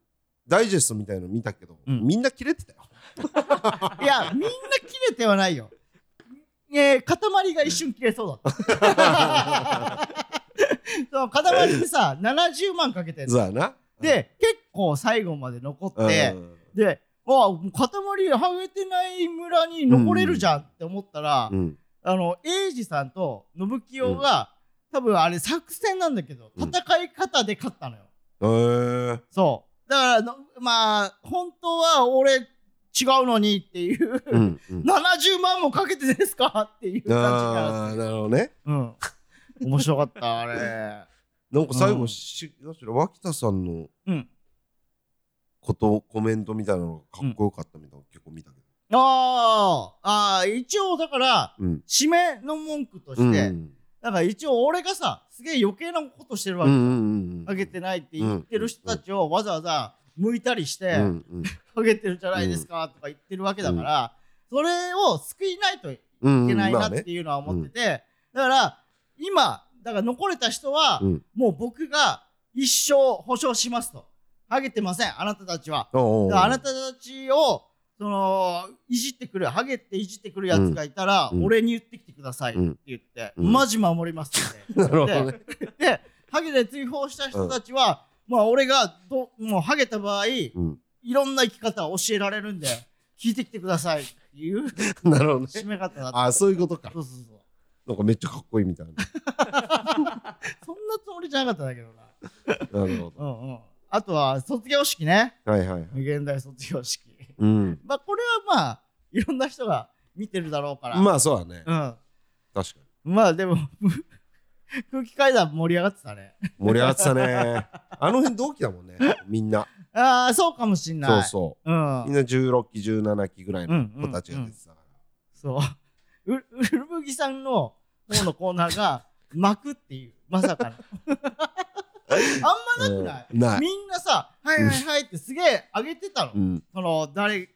[SPEAKER 3] ダイジェストみたいの見たけど、
[SPEAKER 2] うん
[SPEAKER 3] みんな切れてたよ
[SPEAKER 2] いや、みんな切れてはないよ。えー、塊が一瞬切れそうだ った。そう塊ってさ、70万かけてん
[SPEAKER 3] そう
[SPEAKER 2] の
[SPEAKER 3] だな
[SPEAKER 2] で、結構最後まで残
[SPEAKER 3] うん
[SPEAKER 2] って
[SPEAKER 3] う、ん
[SPEAKER 2] で、あ塊はげてない村に残れるじゃんって思ったら、
[SPEAKER 1] うん
[SPEAKER 2] あの、英二さんと信清が、多分あれ作戦なんだけど、
[SPEAKER 1] うん
[SPEAKER 2] 戦い方で勝ったのよ。
[SPEAKER 3] えー、
[SPEAKER 2] そう。だからの、まあ、本当は俺違うのにっていう、
[SPEAKER 1] うんうん
[SPEAKER 2] 70万もかけてですかっていう感じが
[SPEAKER 3] あーなるほどね
[SPEAKER 2] うん。面白かった、あれ。
[SPEAKER 3] なんか最
[SPEAKER 2] う
[SPEAKER 3] 後
[SPEAKER 2] ん
[SPEAKER 3] し、なんしろ脇田さんの
[SPEAKER 2] うん
[SPEAKER 3] ことコメントみたいなのがかっこよかったみたいなの結構見たけど
[SPEAKER 2] あーあー、一応だから、
[SPEAKER 1] うん
[SPEAKER 2] 締めの文句として、
[SPEAKER 1] うん
[SPEAKER 2] だから一応俺がさ、すげえ余計なことしてるわ
[SPEAKER 1] うんう
[SPEAKER 2] け。
[SPEAKER 1] んうん
[SPEAKER 2] かけてないって言ってる人たちをわざわざ向いたりして、
[SPEAKER 1] うんうん
[SPEAKER 2] かけてるじゃないですかとか言ってるわけだから、それを救いないとい
[SPEAKER 1] うん
[SPEAKER 2] けない
[SPEAKER 3] ま
[SPEAKER 2] な
[SPEAKER 3] あね
[SPEAKER 2] っていうのは思ってて、だから今、だから残れた人は、
[SPEAKER 1] うん
[SPEAKER 2] もう僕が一生保証しますと。ハゲてません、あなたたちは。
[SPEAKER 3] おうおう
[SPEAKER 2] だからあなたたちを、その、いじってくる、ハゲっていじってくるやつがいたら、
[SPEAKER 1] うん
[SPEAKER 2] 俺に言ってきてくださいって言って、
[SPEAKER 1] うん
[SPEAKER 2] マジ守りますって。
[SPEAKER 3] なるほどね
[SPEAKER 2] で、でハゲで追放した人たちは、まあ俺がど、もうハゲた場合、
[SPEAKER 1] ん
[SPEAKER 2] いろんな生き方を教えられるんで、聞いてきてくださいっていう
[SPEAKER 3] なるほどね
[SPEAKER 2] 締め方だった。
[SPEAKER 3] あそういうことか
[SPEAKER 2] そうそうそう。
[SPEAKER 3] なんかめっちゃかっこいいみたいな
[SPEAKER 2] そんなつもりじゃなかったんだけどな。
[SPEAKER 3] なるほど
[SPEAKER 2] うんうん。あとは、卒業式ね。
[SPEAKER 3] はいはいはい
[SPEAKER 2] 無限大卒業式。
[SPEAKER 1] うん
[SPEAKER 2] まあこれはまあ、いろんな人が見てるだろうから。
[SPEAKER 3] まあそうだね
[SPEAKER 2] うん。
[SPEAKER 3] 確かに
[SPEAKER 2] まあでも空気階段盛り上がってたね。
[SPEAKER 3] 盛り上がってたね あの辺同期だもんねみんな
[SPEAKER 2] ああ、そうかもしんない。。
[SPEAKER 3] そうそう
[SPEAKER 2] うん。
[SPEAKER 3] うみんな16期17期ぐらいの
[SPEAKER 2] うんうん
[SPEAKER 3] 子たちが出てたか
[SPEAKER 2] そう。う、うるぶぎさんの方のコーナー が、巻くっていう、まさかの。あんまなくない、
[SPEAKER 3] うんない
[SPEAKER 2] みんなさ、はいはいはいってすげえ上げてたの。
[SPEAKER 1] うん
[SPEAKER 2] その、誰、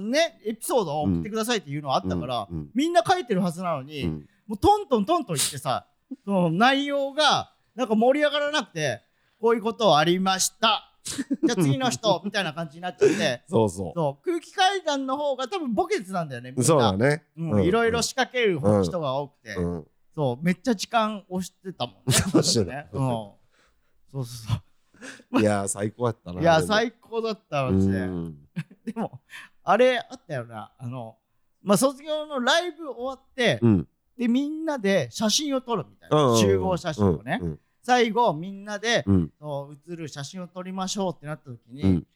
[SPEAKER 2] ね、エピソードを送ってくださいっていうのはあったから、
[SPEAKER 1] うん
[SPEAKER 2] みんな書いてるはずなのに、
[SPEAKER 1] うん
[SPEAKER 2] もうトントントントン言ってさ、 その内容が、なんか盛り上がらなくて、こういうことありました。じゃあ次の 人、みたいな感じになっちゃって、
[SPEAKER 3] らそうそ
[SPEAKER 2] そう、空気階段の方が多分ボケてたんだよね、みん
[SPEAKER 3] う
[SPEAKER 2] な。
[SPEAKER 3] そうだね
[SPEAKER 2] うん
[SPEAKER 3] うん
[SPEAKER 2] いろいろ仕掛ける人が多くて、
[SPEAKER 3] うん
[SPEAKER 2] そう、めっちゃ時間押してたもんね。
[SPEAKER 3] 押してた
[SPEAKER 2] ねうんそうそうそ
[SPEAKER 3] いやー最高だったな
[SPEAKER 2] う。いや、
[SPEAKER 3] でも
[SPEAKER 2] 最高だったわ
[SPEAKER 1] う
[SPEAKER 2] けで。
[SPEAKER 1] ん
[SPEAKER 2] でも、あれあったよな。あの、まあ、卒業のライブ終わって、
[SPEAKER 1] うん
[SPEAKER 2] で、みんなで写真を撮るみたい
[SPEAKER 3] うんうんう
[SPEAKER 2] な。
[SPEAKER 3] ん
[SPEAKER 2] 集合写真をね。
[SPEAKER 1] うん
[SPEAKER 2] 最後、みんなで、
[SPEAKER 1] うん
[SPEAKER 2] そう写る写真を撮りましょうってなった時に、
[SPEAKER 1] うん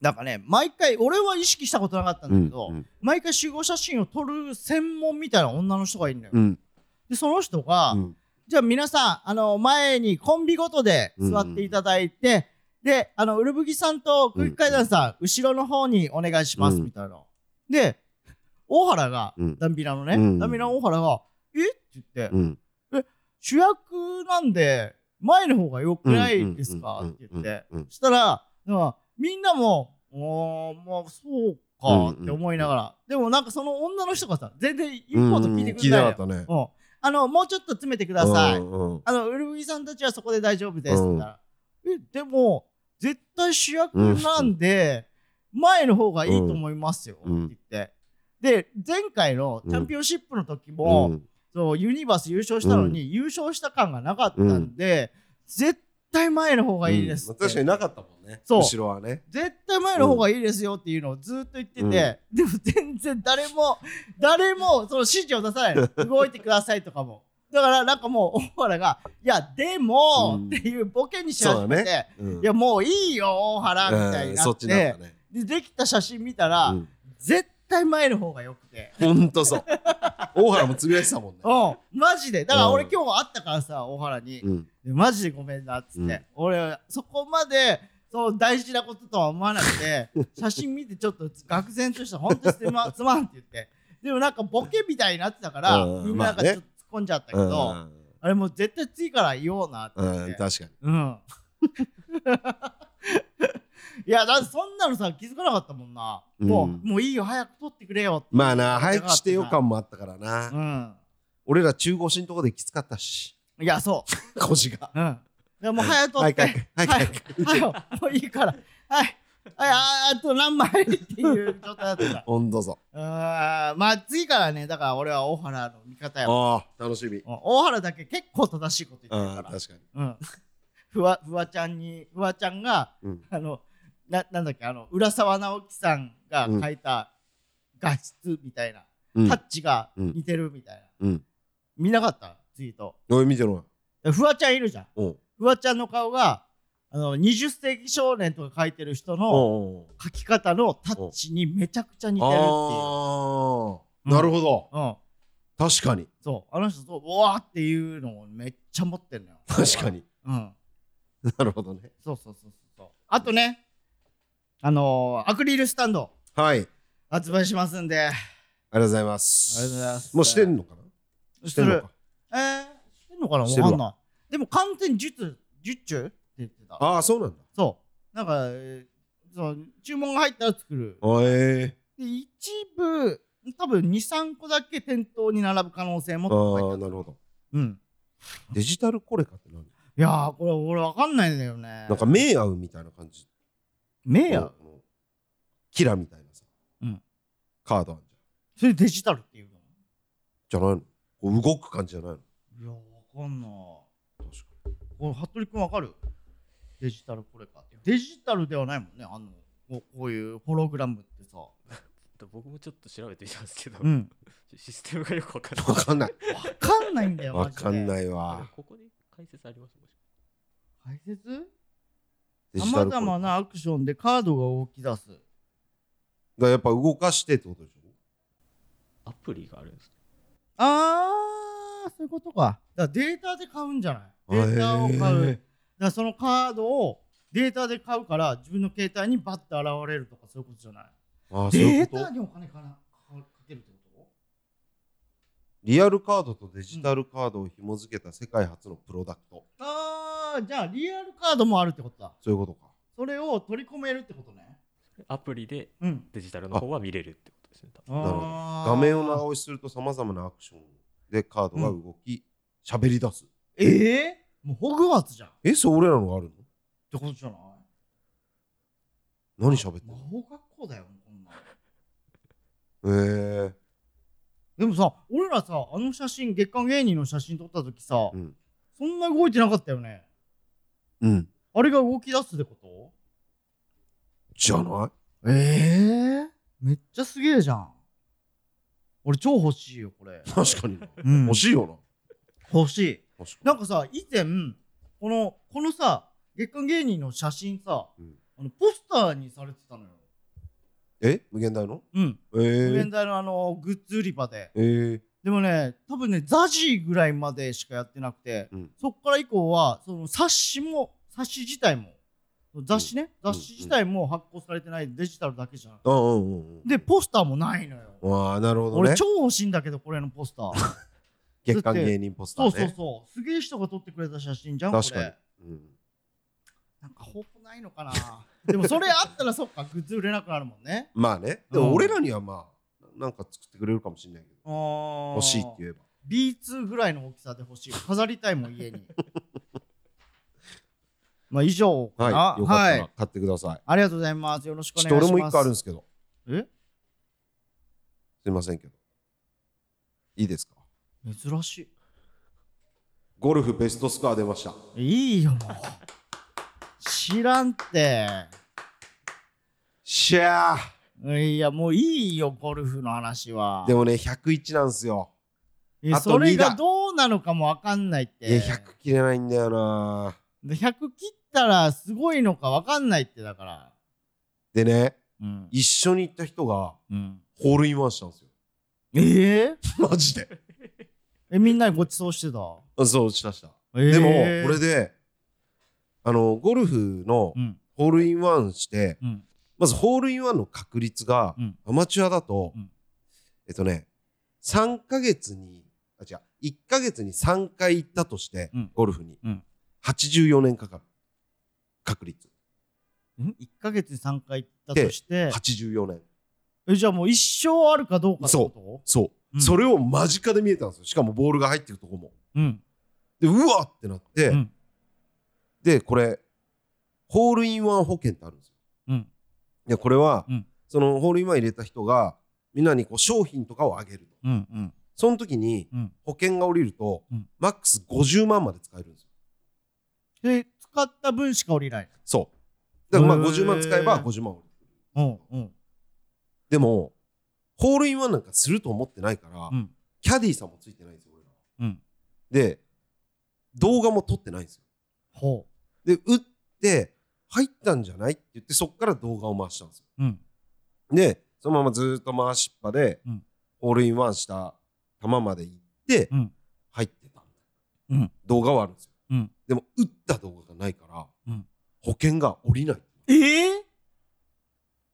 [SPEAKER 2] なんかね、毎回、俺は意識したことなかったんだけど、
[SPEAKER 1] うん
[SPEAKER 2] 毎回集合写真を撮る専門みたいな女の人がいるのよ。
[SPEAKER 1] うん
[SPEAKER 2] で、その人が、
[SPEAKER 1] うん
[SPEAKER 2] じゃあ皆さん、あの、前にコンビごとで座っていただいて、で、あの、ウルブギさんと空気階段さん、後ろの方にお願いします、
[SPEAKER 1] うん
[SPEAKER 2] みたいな。で、大原が、
[SPEAKER 1] うん
[SPEAKER 2] ダンビラのね、
[SPEAKER 1] うん
[SPEAKER 2] ダンビラの大原が、えって言って、
[SPEAKER 1] うん
[SPEAKER 2] 主役なんで、前の方が良くないですか、
[SPEAKER 1] うん
[SPEAKER 2] って言って、
[SPEAKER 1] うん
[SPEAKER 2] そしたら、まあみんなも、おーまあ、そうかって思いながら、でもなんかその女の人がさ、全然言うこと聞いてく
[SPEAKER 3] 聞い
[SPEAKER 2] れ
[SPEAKER 3] て
[SPEAKER 2] ない
[SPEAKER 3] な
[SPEAKER 2] の
[SPEAKER 3] か
[SPEAKER 2] よ
[SPEAKER 3] ったね
[SPEAKER 2] うんあの、もうちょっと詰めてください。
[SPEAKER 3] うんうん
[SPEAKER 2] あの、ウルグイさんたちはそこで大丈夫です。
[SPEAKER 1] うん
[SPEAKER 2] みたいなえ、でも、絶対主役なんで、前の方がいいと思いますよ。って
[SPEAKER 1] うん
[SPEAKER 2] 言って。で、前回のチャンピオンシップの時も、
[SPEAKER 1] うん
[SPEAKER 2] そうユニバース優勝したのに、優勝した感がなかったんで、絶対前の方がいいです
[SPEAKER 3] まあ
[SPEAKER 2] って、
[SPEAKER 3] 確かになかったもんね
[SPEAKER 2] そう
[SPEAKER 3] 後ろはね
[SPEAKER 2] 絶対前の方がいいですよっていうのをずっと言ってて、
[SPEAKER 1] うん
[SPEAKER 2] でも全然誰も誰もその指示を出さない の動いてくださいとかもだからなんかもう大原が「いやでも」
[SPEAKER 1] うん
[SPEAKER 2] っていうボケにし始め
[SPEAKER 3] そうだ
[SPEAKER 2] て「
[SPEAKER 3] うん
[SPEAKER 2] いやもういいよ大原」みたいに
[SPEAKER 3] うん
[SPEAKER 2] な
[SPEAKER 3] そ
[SPEAKER 2] っ、
[SPEAKER 3] ってちなんだね
[SPEAKER 2] でできた写真見たら、
[SPEAKER 1] うん
[SPEAKER 2] 絶対前の方がよくて。
[SPEAKER 3] ほんとそう 大原もつぶやいてたもんね
[SPEAKER 2] うん、マジでだから俺
[SPEAKER 3] うん
[SPEAKER 2] 今日会ったからさ大原に、
[SPEAKER 1] うん
[SPEAKER 2] でマジでごめんなっつって、
[SPEAKER 1] うん
[SPEAKER 2] 俺そこまでその大事なこととは思わなく て写真見てちょっと愕然とした本当にすまん すまんって言ってでもなんかボケみたいになってたから、
[SPEAKER 3] うん
[SPEAKER 2] みんななんかちょっと突っ込んじゃったけど、
[SPEAKER 3] うん
[SPEAKER 2] あれもう絶対次から言おうなって言
[SPEAKER 3] う
[SPEAKER 2] っ
[SPEAKER 3] ん
[SPEAKER 2] て
[SPEAKER 3] 確かに
[SPEAKER 2] うん、 いやだってそんなのさ気づかなかったもんな、もう
[SPEAKER 1] うん
[SPEAKER 2] もういいよ早く撮ってくれよって
[SPEAKER 3] まあな早くしてよ感もあったからな
[SPEAKER 2] うん
[SPEAKER 3] 俺ら中腰のとこできつかったし
[SPEAKER 2] いやそう
[SPEAKER 3] 腰が
[SPEAKER 2] うん。でもう早く取
[SPEAKER 3] は
[SPEAKER 2] っ
[SPEAKER 3] い
[SPEAKER 2] て。
[SPEAKER 3] は
[SPEAKER 2] はいい。
[SPEAKER 3] はい
[SPEAKER 2] はい。もういいから。はい。はい、あーあと何枚っていう状態だったから。
[SPEAKER 3] ほんとそ
[SPEAKER 2] う
[SPEAKER 3] う
[SPEAKER 2] ーん。まあ次からね、だから俺は大原の味方よ。うん
[SPEAKER 3] ああ楽しみ
[SPEAKER 2] 大原だけ結構正しいこと言って
[SPEAKER 3] あ
[SPEAKER 2] る
[SPEAKER 3] あ
[SPEAKER 2] から。
[SPEAKER 3] 確かに
[SPEAKER 2] うん。ふわ、ふわちゃんに、ふわちゃんが、
[SPEAKER 1] うん
[SPEAKER 2] あの、な、なんだっけ、あの、浦沢直樹さんが書いた画質みたいな、
[SPEAKER 1] うん
[SPEAKER 2] タッチが似てるみたいな。
[SPEAKER 1] うん
[SPEAKER 2] 見なかったツイート。
[SPEAKER 3] おい見てろ
[SPEAKER 2] らフワちゃんいるじゃん。
[SPEAKER 1] うん
[SPEAKER 2] フワちゃんの顔が、あの、20世紀少年とか描いてる人の
[SPEAKER 1] おう
[SPEAKER 2] 描き方のタッチにめちゃくちゃ似てるっていう。
[SPEAKER 3] あ
[SPEAKER 2] う
[SPEAKER 3] あ
[SPEAKER 2] ん
[SPEAKER 3] なるほど
[SPEAKER 2] うん。
[SPEAKER 3] 確かに
[SPEAKER 2] そう。あの人、そう、うわーっていうのをめっちゃ持ってんのよ。
[SPEAKER 3] 確かに
[SPEAKER 2] うん。
[SPEAKER 3] なるほどね
[SPEAKER 2] そうそうそうそう。あとね、あのーアクリルスタンド
[SPEAKER 3] はいあり
[SPEAKER 2] 発売しますんで。
[SPEAKER 3] がとうございます
[SPEAKER 2] ありがとうございます
[SPEAKER 3] もうしてんのかなしてんのか
[SPEAKER 2] するえー、してんのかなわ
[SPEAKER 3] してるわ
[SPEAKER 2] かんない。でも完全に術、術中って言ってた。
[SPEAKER 3] ああそうなんだ
[SPEAKER 2] そう。なんか、えーその注文が入ったら作る。
[SPEAKER 3] あえ
[SPEAKER 2] で、一部、多分2、3個だけ店頭に並ぶ可能性も高
[SPEAKER 3] ー、
[SPEAKER 2] い
[SPEAKER 3] ああなるほど
[SPEAKER 2] うん。
[SPEAKER 3] デジタルコレカって何
[SPEAKER 2] いやー、これ俺わかんないんだよね。
[SPEAKER 3] なんか目合うみたいな感じ
[SPEAKER 2] 目や。
[SPEAKER 3] このキラみたいなさ、
[SPEAKER 2] うん
[SPEAKER 3] カードある
[SPEAKER 2] それデジタルっていう
[SPEAKER 3] じゃんじゃないのこう動く感じじゃないの
[SPEAKER 2] のいや、わかんない。
[SPEAKER 3] 確か
[SPEAKER 2] これ、服部君わかるデジタルこれかって。デジタルではないもんね、あの、こうこういうホログラムってさ。
[SPEAKER 4] 僕もちょっと調べてみたんですけど、
[SPEAKER 2] うん。
[SPEAKER 4] システムがよくわかんない
[SPEAKER 3] に分かん
[SPEAKER 2] わかんな
[SPEAKER 3] ない
[SPEAKER 2] いんだよ、マ
[SPEAKER 3] 分
[SPEAKER 2] ジで。
[SPEAKER 3] かん
[SPEAKER 2] い。
[SPEAKER 3] ない
[SPEAKER 4] あ
[SPEAKER 3] わ
[SPEAKER 4] ここで解説ありますもしかし
[SPEAKER 2] 解説
[SPEAKER 3] デ
[SPEAKER 2] さ
[SPEAKER 3] ジ
[SPEAKER 2] ま
[SPEAKER 3] タルコレ
[SPEAKER 2] ざ
[SPEAKER 3] カ
[SPEAKER 2] まなアクションでカードが動き出す。
[SPEAKER 3] だからやっぱ動かしてってことでしょ
[SPEAKER 4] てアプリがあるんです
[SPEAKER 2] あー、そういうことか。だからデータで買うんじゃないデータを買う。
[SPEAKER 3] へ
[SPEAKER 2] だ
[SPEAKER 3] ー
[SPEAKER 2] からそのカードをデータで買うから自分の携帯にバッと現れるとかそういうことじゃない
[SPEAKER 3] ああそうい
[SPEAKER 2] デ
[SPEAKER 3] う
[SPEAKER 2] ー
[SPEAKER 3] こ
[SPEAKER 2] タ
[SPEAKER 3] と
[SPEAKER 2] にお金かなかかけるってこ
[SPEAKER 3] リアルカードとデジタルカードを紐付けた世界初のプロダクト
[SPEAKER 2] とあー、じゃあリアルカードもあるってことだ。
[SPEAKER 3] そういうことか
[SPEAKER 2] それを取り込めるってことね。
[SPEAKER 4] アプリで
[SPEAKER 2] うん。
[SPEAKER 4] デジタルの方は見れるってことですね多分
[SPEAKER 3] ほど
[SPEAKER 2] あー
[SPEAKER 3] 画面を長押しするとさまざまなアクションでカードが動き喋、り出す
[SPEAKER 2] ええもうホグワーツじゃん。っ
[SPEAKER 3] えそれ俺らのがある
[SPEAKER 2] てことじゃない
[SPEAKER 3] の何喋ってん
[SPEAKER 2] 魔
[SPEAKER 3] の
[SPEAKER 2] 法学校だよ、こんなの。
[SPEAKER 3] へえ
[SPEAKER 2] でもさ、俺らさ、あの写真、月刊芸人の写真撮った時さ、
[SPEAKER 3] うん
[SPEAKER 2] そんな動いてなかったよね。
[SPEAKER 3] うん
[SPEAKER 2] あれが動き出すってこと
[SPEAKER 3] じゃない
[SPEAKER 2] ええめっちゃすげえじゃん。俺超欲しいよ、これ。
[SPEAKER 3] 確かにな
[SPEAKER 2] うん
[SPEAKER 3] 欲しいよな
[SPEAKER 2] 欲しい。
[SPEAKER 3] 確か
[SPEAKER 2] なんかさ、以前、この、このさ、月刊芸人の写真さ、
[SPEAKER 3] うん
[SPEAKER 2] あのポスターにされてたのよ。
[SPEAKER 3] にえ無限大の
[SPEAKER 2] うん。
[SPEAKER 3] えー
[SPEAKER 2] 現、代のあの、グッズ売り場で。
[SPEAKER 3] えー、
[SPEAKER 2] でもね、多分ね、ザジーぐらいまでしかやってなくて、
[SPEAKER 3] うん
[SPEAKER 2] そこから以降は、その冊子も、冊子自体も、雑誌ね、
[SPEAKER 3] ん
[SPEAKER 2] 雑誌自体も発行されてないデジタルだけじゃん。
[SPEAKER 3] あうんうんうん
[SPEAKER 2] で、ポスターもないのよ。
[SPEAKER 3] わあなるほど
[SPEAKER 2] 俺
[SPEAKER 3] ね
[SPEAKER 2] 超欲しいんだけど、これのポス ター。
[SPEAKER 3] 月間芸人ポスター
[SPEAKER 2] そう
[SPEAKER 3] ね
[SPEAKER 2] そうそう。すげえ人が撮ってくれた写真じゃん、
[SPEAKER 3] 確か
[SPEAKER 2] こ
[SPEAKER 3] に
[SPEAKER 2] れ。
[SPEAKER 3] うん
[SPEAKER 2] なんか方法ないのかなでもそれあったらそっか、グッズ売れなくなるもんね。
[SPEAKER 3] まあね、
[SPEAKER 2] う
[SPEAKER 3] で
[SPEAKER 2] ん
[SPEAKER 3] も俺らにはまあ、なんか作ってくれるかもしれないけど、
[SPEAKER 2] 欲
[SPEAKER 3] 欲しいって言えば。
[SPEAKER 2] B2 ぐらいの大きさで欲しい飾りたいもん家に まあ以上か
[SPEAKER 3] はい、
[SPEAKER 2] な
[SPEAKER 3] よかった
[SPEAKER 2] は
[SPEAKER 3] ら
[SPEAKER 2] い
[SPEAKER 3] 買ってください。
[SPEAKER 2] ありがとうございますよろしくお
[SPEAKER 3] ちょっ
[SPEAKER 2] 願い
[SPEAKER 3] と
[SPEAKER 2] します
[SPEAKER 3] 俺も一個あるんですけど、
[SPEAKER 2] え
[SPEAKER 3] すいませんけど。いいですか
[SPEAKER 2] 珍し
[SPEAKER 3] ゴルフベストスコア出ました。
[SPEAKER 2] いいいよもう知らんって
[SPEAKER 3] シャ
[SPEAKER 2] いやもういいよゴルフの話は
[SPEAKER 3] ーでもね、101なんすよ。
[SPEAKER 2] いや
[SPEAKER 3] あと
[SPEAKER 2] それ
[SPEAKER 3] 二
[SPEAKER 2] が
[SPEAKER 3] だ
[SPEAKER 2] どうなのかもわかんないっ
[SPEAKER 3] いや、
[SPEAKER 2] て
[SPEAKER 3] 100切れないんだよな
[SPEAKER 2] で100切ったらすごいのかわかんないってだから
[SPEAKER 3] でね、
[SPEAKER 2] うん、
[SPEAKER 3] 一緒に行った人が
[SPEAKER 2] うん、
[SPEAKER 3] ホールインワンしたんですよ。
[SPEAKER 2] えー、
[SPEAKER 3] マジで。
[SPEAKER 2] えみんなにごちそうしてた、
[SPEAKER 3] あそう、したした。
[SPEAKER 2] えー、
[SPEAKER 3] でも、これで、あの、ゴルフの
[SPEAKER 2] うん
[SPEAKER 3] ホールインワンして、
[SPEAKER 2] うん
[SPEAKER 3] まずホールインワンの確率が、
[SPEAKER 2] うん
[SPEAKER 3] アマチュアだと、
[SPEAKER 2] うん
[SPEAKER 3] えっとね、3ヶ月に、あ、違う、1ヶ月に3回行ったとして、
[SPEAKER 2] うん
[SPEAKER 3] ゴルフに、
[SPEAKER 2] うん
[SPEAKER 3] 84年かかる。確率。
[SPEAKER 2] ん ?1 ヶ月に3回行ったとして、
[SPEAKER 3] 84年。
[SPEAKER 2] えじゃあもう一生あるかどうかってこ
[SPEAKER 3] そう。
[SPEAKER 2] うん
[SPEAKER 3] それを間近で見えたんですよ。しかもボールが入ってるとこも。
[SPEAKER 2] とうん。
[SPEAKER 3] で、うわってなって、
[SPEAKER 2] うん
[SPEAKER 3] で、これ、ホールインワン保険ってあるんですよ。
[SPEAKER 2] うん
[SPEAKER 3] で、これは、
[SPEAKER 2] うん
[SPEAKER 3] そのホールインワン入れた人が、みんなにこう商品とかをあげると。
[SPEAKER 2] うんうん。
[SPEAKER 3] その時に
[SPEAKER 2] うん
[SPEAKER 3] 保険が降りると、
[SPEAKER 2] うん
[SPEAKER 3] マックス50万まで使えるんですよ。
[SPEAKER 2] で、使った分しか降りない。
[SPEAKER 3] そう。だからまあ
[SPEAKER 2] へー
[SPEAKER 3] 50万使えば50万降りる。
[SPEAKER 2] うんうん。
[SPEAKER 3] でも、ホールインワンなんかすると思ってないから、
[SPEAKER 2] うん
[SPEAKER 3] キャディーさんもついてないんですよ、俺らは
[SPEAKER 2] うん
[SPEAKER 3] で、動画も撮ってないんですよ
[SPEAKER 2] ほ
[SPEAKER 3] で打って入ったんじゃないって言ってそっから動画を回したんですよ
[SPEAKER 2] う。うん。
[SPEAKER 3] でそのままずーっと回しっぱで、
[SPEAKER 2] うん
[SPEAKER 3] ホールインワンした球まで行って、
[SPEAKER 2] うん
[SPEAKER 3] 入ってた、
[SPEAKER 2] うん
[SPEAKER 3] 動画はあるんですよ、
[SPEAKER 2] うん
[SPEAKER 3] でも打った動画がないから、
[SPEAKER 2] うん
[SPEAKER 3] 保険が下りない
[SPEAKER 2] えー、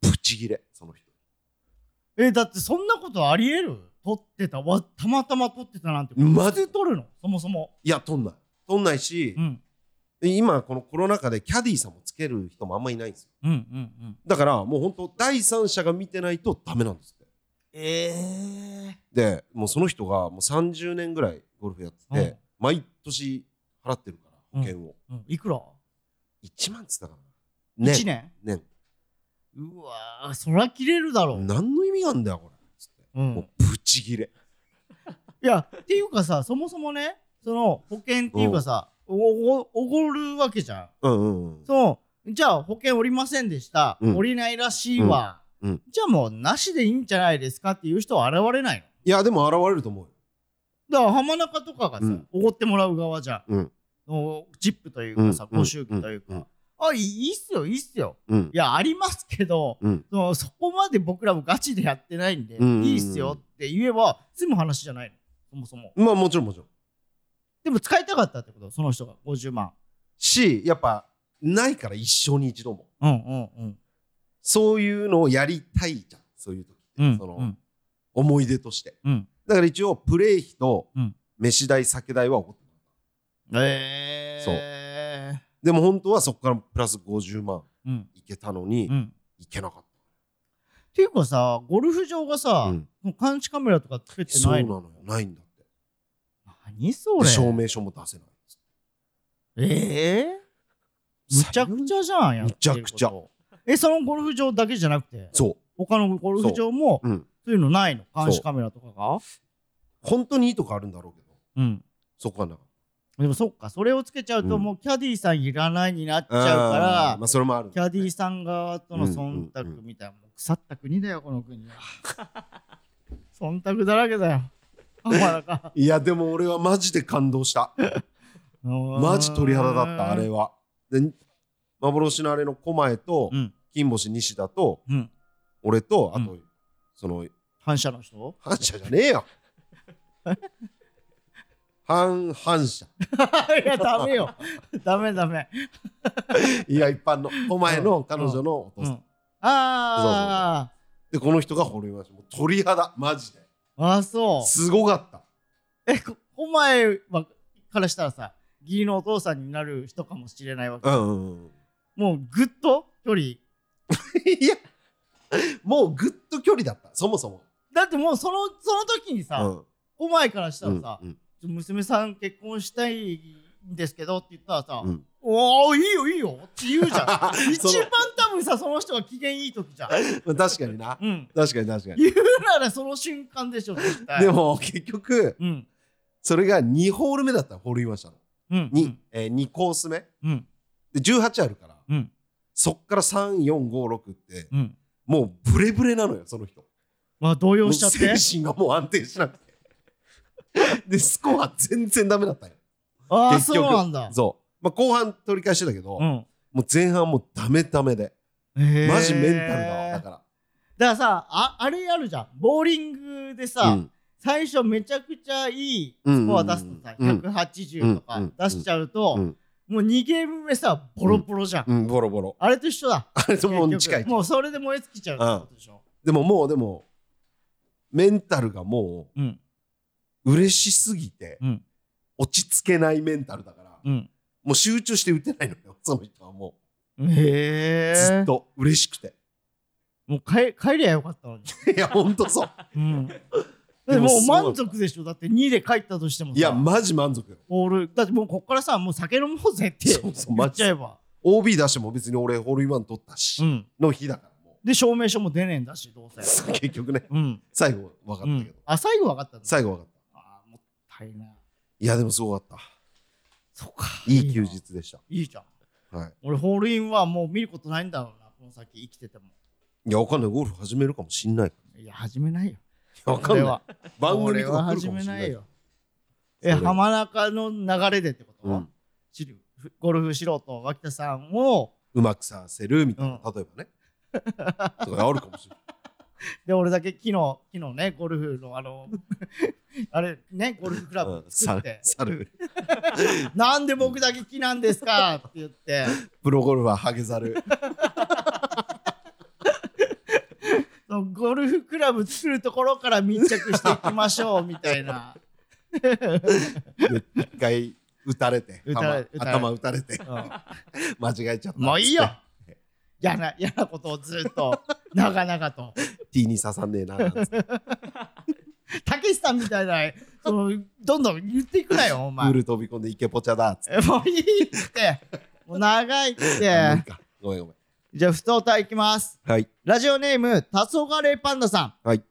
[SPEAKER 3] プチ切れその人
[SPEAKER 2] え、だってそんなことありえる撮ってたわ、たまたま撮ってたなんて。
[SPEAKER 3] マジ
[SPEAKER 2] 普通撮るのそもそも。
[SPEAKER 3] いや取んない取んないし
[SPEAKER 2] う、ん。
[SPEAKER 3] で今このコロナ禍でキャディーさんもつける人もあんまいないんですよ
[SPEAKER 2] うんうんうん。
[SPEAKER 3] だからもう本当第三者が見てないとダメなんですって
[SPEAKER 2] ええ
[SPEAKER 3] でもうその人がもう30年ぐらいゴルフやってて、
[SPEAKER 2] うん
[SPEAKER 3] 毎年払ってるから保険を、
[SPEAKER 2] うん、いくら、
[SPEAKER 3] 1万っつったかな
[SPEAKER 2] 一 ?1 年
[SPEAKER 3] 年
[SPEAKER 2] うわー、そら切れるだろう。
[SPEAKER 3] 何の意味があんだよこれつって、
[SPEAKER 2] う。
[SPEAKER 3] もうんブチギレ
[SPEAKER 2] いや、っていうかさ、そもそもね、その保険っていうかさ、おごおごるわけじゃん。
[SPEAKER 3] うんうんうん
[SPEAKER 2] そのじゃあ保険おりませんでした、
[SPEAKER 3] うん
[SPEAKER 2] おりないらしいわ、
[SPEAKER 3] うんうん
[SPEAKER 2] じゃあもうなしでいいんじゃないですかっていう人は現れないの
[SPEAKER 3] いやでも現れると思うよ
[SPEAKER 2] だから浜中とかがさ
[SPEAKER 3] うん
[SPEAKER 2] おご、ってもらう側じゃん、
[SPEAKER 3] うん
[SPEAKER 2] のチップというかさ
[SPEAKER 3] うん
[SPEAKER 2] ご祝儀というか、
[SPEAKER 3] うん
[SPEAKER 2] あいいいいっすよいいっすよ
[SPEAKER 3] うん
[SPEAKER 2] いやありますけど、
[SPEAKER 3] うん
[SPEAKER 2] そのそこまで僕らもガチでやってないんで、
[SPEAKER 3] うんうんうん
[SPEAKER 2] いいっすよって言えば済む話じゃないのそもそも
[SPEAKER 3] まあもちろんもちろん
[SPEAKER 2] でも使いたかったってことその人が50万
[SPEAKER 3] しやっぱないから一生に一度も
[SPEAKER 2] うんうんうん
[SPEAKER 3] そういうのをやりたいじゃんそういう時って、
[SPEAKER 2] うん
[SPEAKER 3] その、
[SPEAKER 2] うん
[SPEAKER 3] 思い出として
[SPEAKER 2] うん
[SPEAKER 3] だから一応プレイ費と
[SPEAKER 2] うん
[SPEAKER 3] 飯代酒代はおごってもらっ
[SPEAKER 2] え
[SPEAKER 3] そう
[SPEAKER 2] えー、
[SPEAKER 3] たでも本当はそこからプラス50万
[SPEAKER 2] ううん
[SPEAKER 3] いけたのに、
[SPEAKER 2] うん
[SPEAKER 3] いけなかっ
[SPEAKER 2] っていうかさゴルフ場が
[SPEAKER 3] た、
[SPEAKER 2] さ、
[SPEAKER 3] うん
[SPEAKER 2] もう監視カメラとかつけて
[SPEAKER 3] そう
[SPEAKER 2] な
[SPEAKER 3] ないの
[SPEAKER 2] の
[SPEAKER 3] よないんだって
[SPEAKER 2] 何そ
[SPEAKER 3] で
[SPEAKER 2] れ
[SPEAKER 3] 証明書も出せない
[SPEAKER 2] ええむちゃくちゃじゃんやってること
[SPEAKER 3] むちゃくちゃ
[SPEAKER 2] えそのゴルフ場だけじゃなくて
[SPEAKER 3] そう
[SPEAKER 2] 他のゴルフ場も
[SPEAKER 3] そううん
[SPEAKER 2] そういうのないの監視カメラとかが
[SPEAKER 3] 本当にいいとこあるんだろうけど
[SPEAKER 2] うん
[SPEAKER 3] そこはなかっ
[SPEAKER 2] でもそっかそれをつけちゃうと
[SPEAKER 3] うん
[SPEAKER 2] もうキャディーさんいらないになっち
[SPEAKER 3] た
[SPEAKER 2] ゃうか
[SPEAKER 3] あー
[SPEAKER 2] ら、
[SPEAKER 3] まあそれもある
[SPEAKER 2] キャディーさん側との忖
[SPEAKER 3] うんうん
[SPEAKER 2] 度
[SPEAKER 3] う
[SPEAKER 2] みたいな、もう腐った国だよこの国は 忖度だらけだよ浜中
[SPEAKER 3] いやでも俺はマジで感動したマジ鳥肌だったあれはで幻のあれの狛江と
[SPEAKER 2] うん
[SPEAKER 3] 金星西田と
[SPEAKER 2] うん
[SPEAKER 3] 俺とあと、
[SPEAKER 2] う
[SPEAKER 3] その
[SPEAKER 2] 反射の人
[SPEAKER 3] 反射じゃねえ よ反反射
[SPEAKER 2] いやダメ よダメダメ、
[SPEAKER 3] いや一般の狛江の彼女のお父
[SPEAKER 2] う
[SPEAKER 3] さん、
[SPEAKER 2] ん、あ
[SPEAKER 3] でこの人が滅びましたもう鳥肌マジで
[SPEAKER 2] ーあそ
[SPEAKER 3] すごかった
[SPEAKER 2] うえこお前はからしたらさ義理のお父さんになる人かもしれないわけ
[SPEAKER 3] うんうんうん
[SPEAKER 2] もうぐっと距離
[SPEAKER 3] いや、もうぐっと距離だった、そもそも。
[SPEAKER 2] だってもうそのその時にさ、お前からしたらさ、
[SPEAKER 3] うん
[SPEAKER 2] ちょ娘さん結婚したいんですけどって言ったらさ、
[SPEAKER 3] うんうん
[SPEAKER 2] おおいいよいいよって言うじゃん一
[SPEAKER 3] そ
[SPEAKER 2] 番多分さその人が機嫌いい時じゃん、
[SPEAKER 3] の確かにな。
[SPEAKER 2] うん、
[SPEAKER 3] 確かに確かに。
[SPEAKER 2] 言うならその瞬間でしょ絶対
[SPEAKER 3] でも結局、
[SPEAKER 2] うん
[SPEAKER 3] それが2ホール目だったのホールインワンしたの。
[SPEAKER 2] うんう
[SPEAKER 3] 2,、
[SPEAKER 2] ん
[SPEAKER 3] えー二コース目。
[SPEAKER 2] うん
[SPEAKER 3] で、18あるから、
[SPEAKER 2] うん
[SPEAKER 3] そっから3、4、5、6って、
[SPEAKER 2] うん
[SPEAKER 3] もうブレブレなのよ、その人。
[SPEAKER 2] まあ動揺しちゃって
[SPEAKER 3] もう精神がもう安定しなくて。 で、スコア全然ダメだったよ。
[SPEAKER 2] ああ
[SPEAKER 3] 結
[SPEAKER 2] そう
[SPEAKER 3] 局
[SPEAKER 2] なんだ
[SPEAKER 3] そう。まあ、後半取り返してたけど、
[SPEAKER 2] うん
[SPEAKER 3] もう前半もうダメダメで。
[SPEAKER 2] へー
[SPEAKER 3] マジメンタルだわ、だ
[SPEAKER 2] だか
[SPEAKER 3] から。
[SPEAKER 2] らさああれあるじゃんボーリングでさ、
[SPEAKER 3] うん
[SPEAKER 2] 最初めちゃくちゃいいスコア出すとさ、
[SPEAKER 3] うんうん
[SPEAKER 2] 180と
[SPEAKER 3] う
[SPEAKER 2] か
[SPEAKER 3] んうん
[SPEAKER 2] 出しちゃうと、
[SPEAKER 3] うん
[SPEAKER 2] もう2ゲーム目さボロボロじゃん、
[SPEAKER 3] うん、ボロボロ。
[SPEAKER 2] あれと一緒だ
[SPEAKER 3] あれともう
[SPEAKER 2] 結局
[SPEAKER 3] 近い。
[SPEAKER 2] もうそれで燃え尽きちゃうってことでしょ、
[SPEAKER 3] でももう、でも、メンタルがも
[SPEAKER 2] うん
[SPEAKER 3] う、嬉しすぎて
[SPEAKER 2] うん、
[SPEAKER 3] 落ち着けないメンタルだから、
[SPEAKER 2] うん、
[SPEAKER 3] もう集中して打てないのよ、その人はも
[SPEAKER 2] へ
[SPEAKER 3] う。
[SPEAKER 2] え
[SPEAKER 3] ずっと嬉しくて。
[SPEAKER 2] もう帰帰りゃよかったのに、
[SPEAKER 3] いや、ほん とそう。
[SPEAKER 2] うん、
[SPEAKER 3] で
[SPEAKER 2] で
[SPEAKER 3] も
[SPEAKER 2] も
[SPEAKER 3] す
[SPEAKER 2] う
[SPEAKER 3] ごい
[SPEAKER 2] 満足でしょだって2で帰ったとしてもさ
[SPEAKER 3] いや、マジ満足よ。
[SPEAKER 2] オールだってもうこっからさもう酒飲もうぜって
[SPEAKER 3] そうそう
[SPEAKER 2] 言っちゃえば
[SPEAKER 3] OB 出しても別に俺、ホールインワン取ったし、
[SPEAKER 2] うん
[SPEAKER 3] の日だから、も
[SPEAKER 2] で証明書も出ねえんだしどう
[SPEAKER 3] う。
[SPEAKER 2] せ
[SPEAKER 3] 結局ね、
[SPEAKER 2] うん、
[SPEAKER 3] 最後分
[SPEAKER 2] う
[SPEAKER 3] かったけ
[SPEAKER 2] ん
[SPEAKER 3] ど、。
[SPEAKER 2] あ最後分かったんだ
[SPEAKER 3] 最後分かった。
[SPEAKER 2] あーもったいない
[SPEAKER 3] いや、でもすごかった。
[SPEAKER 2] そっか
[SPEAKER 3] いい休日でした。
[SPEAKER 2] いいじゃん
[SPEAKER 3] はい。
[SPEAKER 2] 俺ホールインはもう見ることないんだろうなこの先生きてても
[SPEAKER 3] いや、わかんない。ゴルフ始めるかもしんない。
[SPEAKER 2] いや始めないよ
[SPEAKER 3] わかん
[SPEAKER 2] 俺
[SPEAKER 3] ない
[SPEAKER 2] は。
[SPEAKER 3] 番組
[SPEAKER 2] 俺
[SPEAKER 3] と
[SPEAKER 2] は
[SPEAKER 3] か来る
[SPEAKER 2] 始
[SPEAKER 3] かも
[SPEAKER 2] め
[SPEAKER 3] しんな
[SPEAKER 2] ない
[SPEAKER 3] い。
[SPEAKER 2] よえ、
[SPEAKER 1] それ
[SPEAKER 2] 浜中の流れでってこと、
[SPEAKER 1] うん
[SPEAKER 2] 知るゴルフ素人、脇田さんを、
[SPEAKER 3] うまくさせるみたいな、例えばねとかあるかもしれ ない
[SPEAKER 2] で、俺だけ昨日、昨日ね、ゴルフのあの、 あれね、ゴルフクラブ作って、
[SPEAKER 3] 猿
[SPEAKER 2] なんで僕だけ木なんですかって言って、
[SPEAKER 3] プロゴルファーハゲザル
[SPEAKER 2] そのゴルフクラブ作るところから密着していきましょうみたいな。
[SPEAKER 3] で一回打たれて
[SPEAKER 2] 打たれ
[SPEAKER 3] 頭頭打たれて
[SPEAKER 2] うん
[SPEAKER 3] 間違えちゃった
[SPEAKER 2] もういいよ嫌な、嫌なことをずっと、長々と。
[SPEAKER 3] T に刺さんねえななんつって
[SPEAKER 2] たけしさんみたいな、その、どんどん言っていくなよ、お
[SPEAKER 3] プ
[SPEAKER 2] 前
[SPEAKER 3] ー。ル飛び込んでイケポチャだっつって
[SPEAKER 2] えもういいって。もう長いっ
[SPEAKER 3] あもういい
[SPEAKER 2] て。
[SPEAKER 3] かごめんごめん
[SPEAKER 2] じゃあ、不登隊いきます。
[SPEAKER 3] はい
[SPEAKER 2] ラジオネーム、たそがれパンダさん。
[SPEAKER 3] はい。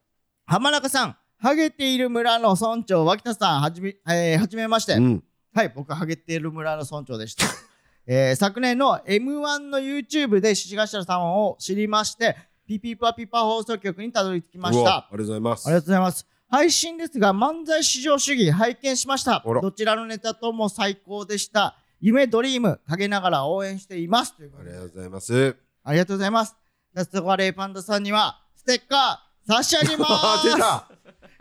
[SPEAKER 2] 浜中さん、ハゲている村の村長、脇田さん、はじめ、えーはじめまして。
[SPEAKER 3] うん
[SPEAKER 2] はい、僕はハゲている村の村長でした。 えー昨年の M1 の YouTube で獅子頭さんを知りまして、ピピパピパ放送局にたどり着きまし
[SPEAKER 3] うわあ
[SPEAKER 2] た。
[SPEAKER 3] りがとうございます
[SPEAKER 2] ありがとうございます。配信ですが、漫才至上主義拝見しました。
[SPEAKER 3] あら
[SPEAKER 2] どちらのネタとも最高でした。夢、ドリーム、陰ながら応援しています。というこ
[SPEAKER 3] あ
[SPEAKER 2] と
[SPEAKER 3] り
[SPEAKER 2] で
[SPEAKER 3] がとうございます
[SPEAKER 2] ありがとうございます。ラストガレーパンダさんには、ステッカー差し上げま
[SPEAKER 3] あ出
[SPEAKER 2] す。
[SPEAKER 3] た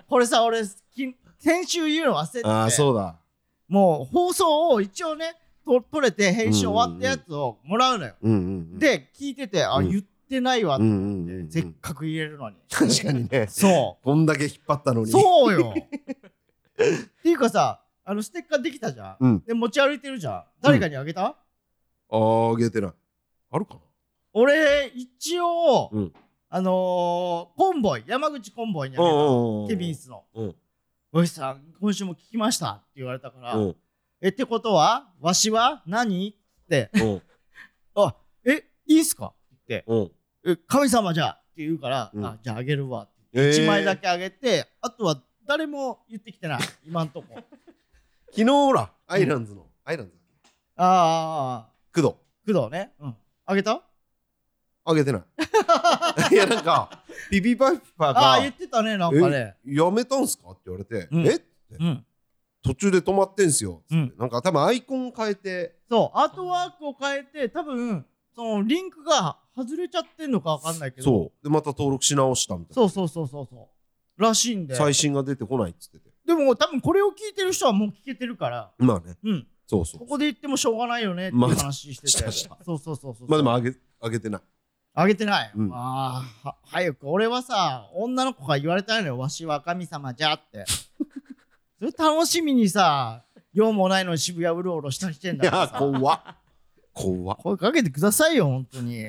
[SPEAKER 2] これさ、俺、き先週言うの忘れてて。
[SPEAKER 3] ああそうだ
[SPEAKER 2] もう放送を一応ね、と取れて編集終わったやつをもらうのよ。
[SPEAKER 1] うんうんうん、
[SPEAKER 2] で、聞いてて、あ、
[SPEAKER 1] うん
[SPEAKER 2] 言ってないわっ
[SPEAKER 1] う
[SPEAKER 2] て、
[SPEAKER 1] んうんうんうん、
[SPEAKER 2] せっかく言えるのに。
[SPEAKER 3] 確かにね
[SPEAKER 2] そ
[SPEAKER 3] こんだけ引っ張っ たの
[SPEAKER 2] う。
[SPEAKER 3] に
[SPEAKER 2] そうよ。っていうかさ、あのステッカーできたじゃん。
[SPEAKER 3] うん
[SPEAKER 2] で、持ち歩いてるじゃん。誰かにあげた、
[SPEAKER 3] あーあげてないあるかな
[SPEAKER 2] 俺、一応、
[SPEAKER 1] うん
[SPEAKER 2] あのー、コンボイ、山口コンボイにあげた。ケビンスの。
[SPEAKER 1] うん
[SPEAKER 2] おじさん、今週も聞きましたって言われたから、
[SPEAKER 1] うん
[SPEAKER 2] え、ってことは、わしは何って、
[SPEAKER 1] うん
[SPEAKER 2] あ、え、いいっすかって
[SPEAKER 1] うん
[SPEAKER 2] 言って、え、神様じゃって言うから、
[SPEAKER 1] うん
[SPEAKER 2] あ、じゃああげるわって。
[SPEAKER 3] えー
[SPEAKER 2] 1枚だけあげて、あとは誰も言ってきてない、今ん とこ。
[SPEAKER 3] 昨日ほらアイランズのアイランズ
[SPEAKER 2] ああ、
[SPEAKER 3] 工藤
[SPEAKER 2] 工藤ね。うん。あげた
[SPEAKER 3] あげてないいやなんかピピパイパー
[SPEAKER 2] あ
[SPEAKER 3] が
[SPEAKER 2] あ、言ってたね、なんかね。
[SPEAKER 3] やめたんすかって言われて、
[SPEAKER 2] うん
[SPEAKER 3] え
[SPEAKER 2] うん。
[SPEAKER 3] 途中で止まってんすよ、
[SPEAKER 2] うん
[SPEAKER 3] なんか多分アイコン変えて
[SPEAKER 2] そう、アートワークを変えて、多分、そのリンクが外れちゃってんのかわかんないけど、
[SPEAKER 3] そうでまた登録し直したみたい
[SPEAKER 2] そうそうそうそうそう。らしいんで。
[SPEAKER 3] な最新が出てこないっつってて
[SPEAKER 2] でも多分これを聞いてる人はもう聞けてるから、
[SPEAKER 3] まあね
[SPEAKER 2] うん。
[SPEAKER 3] そうそう
[SPEAKER 2] ここで言ってもしょうがないよねっていう
[SPEAKER 3] まあ
[SPEAKER 2] 話してて。
[SPEAKER 3] したした
[SPEAKER 2] そうそうそうそう。
[SPEAKER 3] まあでもあげあげてない
[SPEAKER 2] あげてない。
[SPEAKER 3] うん
[SPEAKER 2] ああ、は早く。俺はさ、女の子が言われたのよ。わしは神様じゃって。 それ楽しみにさ、用もないのに渋谷うろうろしたりしてん
[SPEAKER 3] い
[SPEAKER 2] だから
[SPEAKER 3] や
[SPEAKER 2] さ。
[SPEAKER 3] 怖っ怖っ
[SPEAKER 2] 声かけてくださいよ、本当に。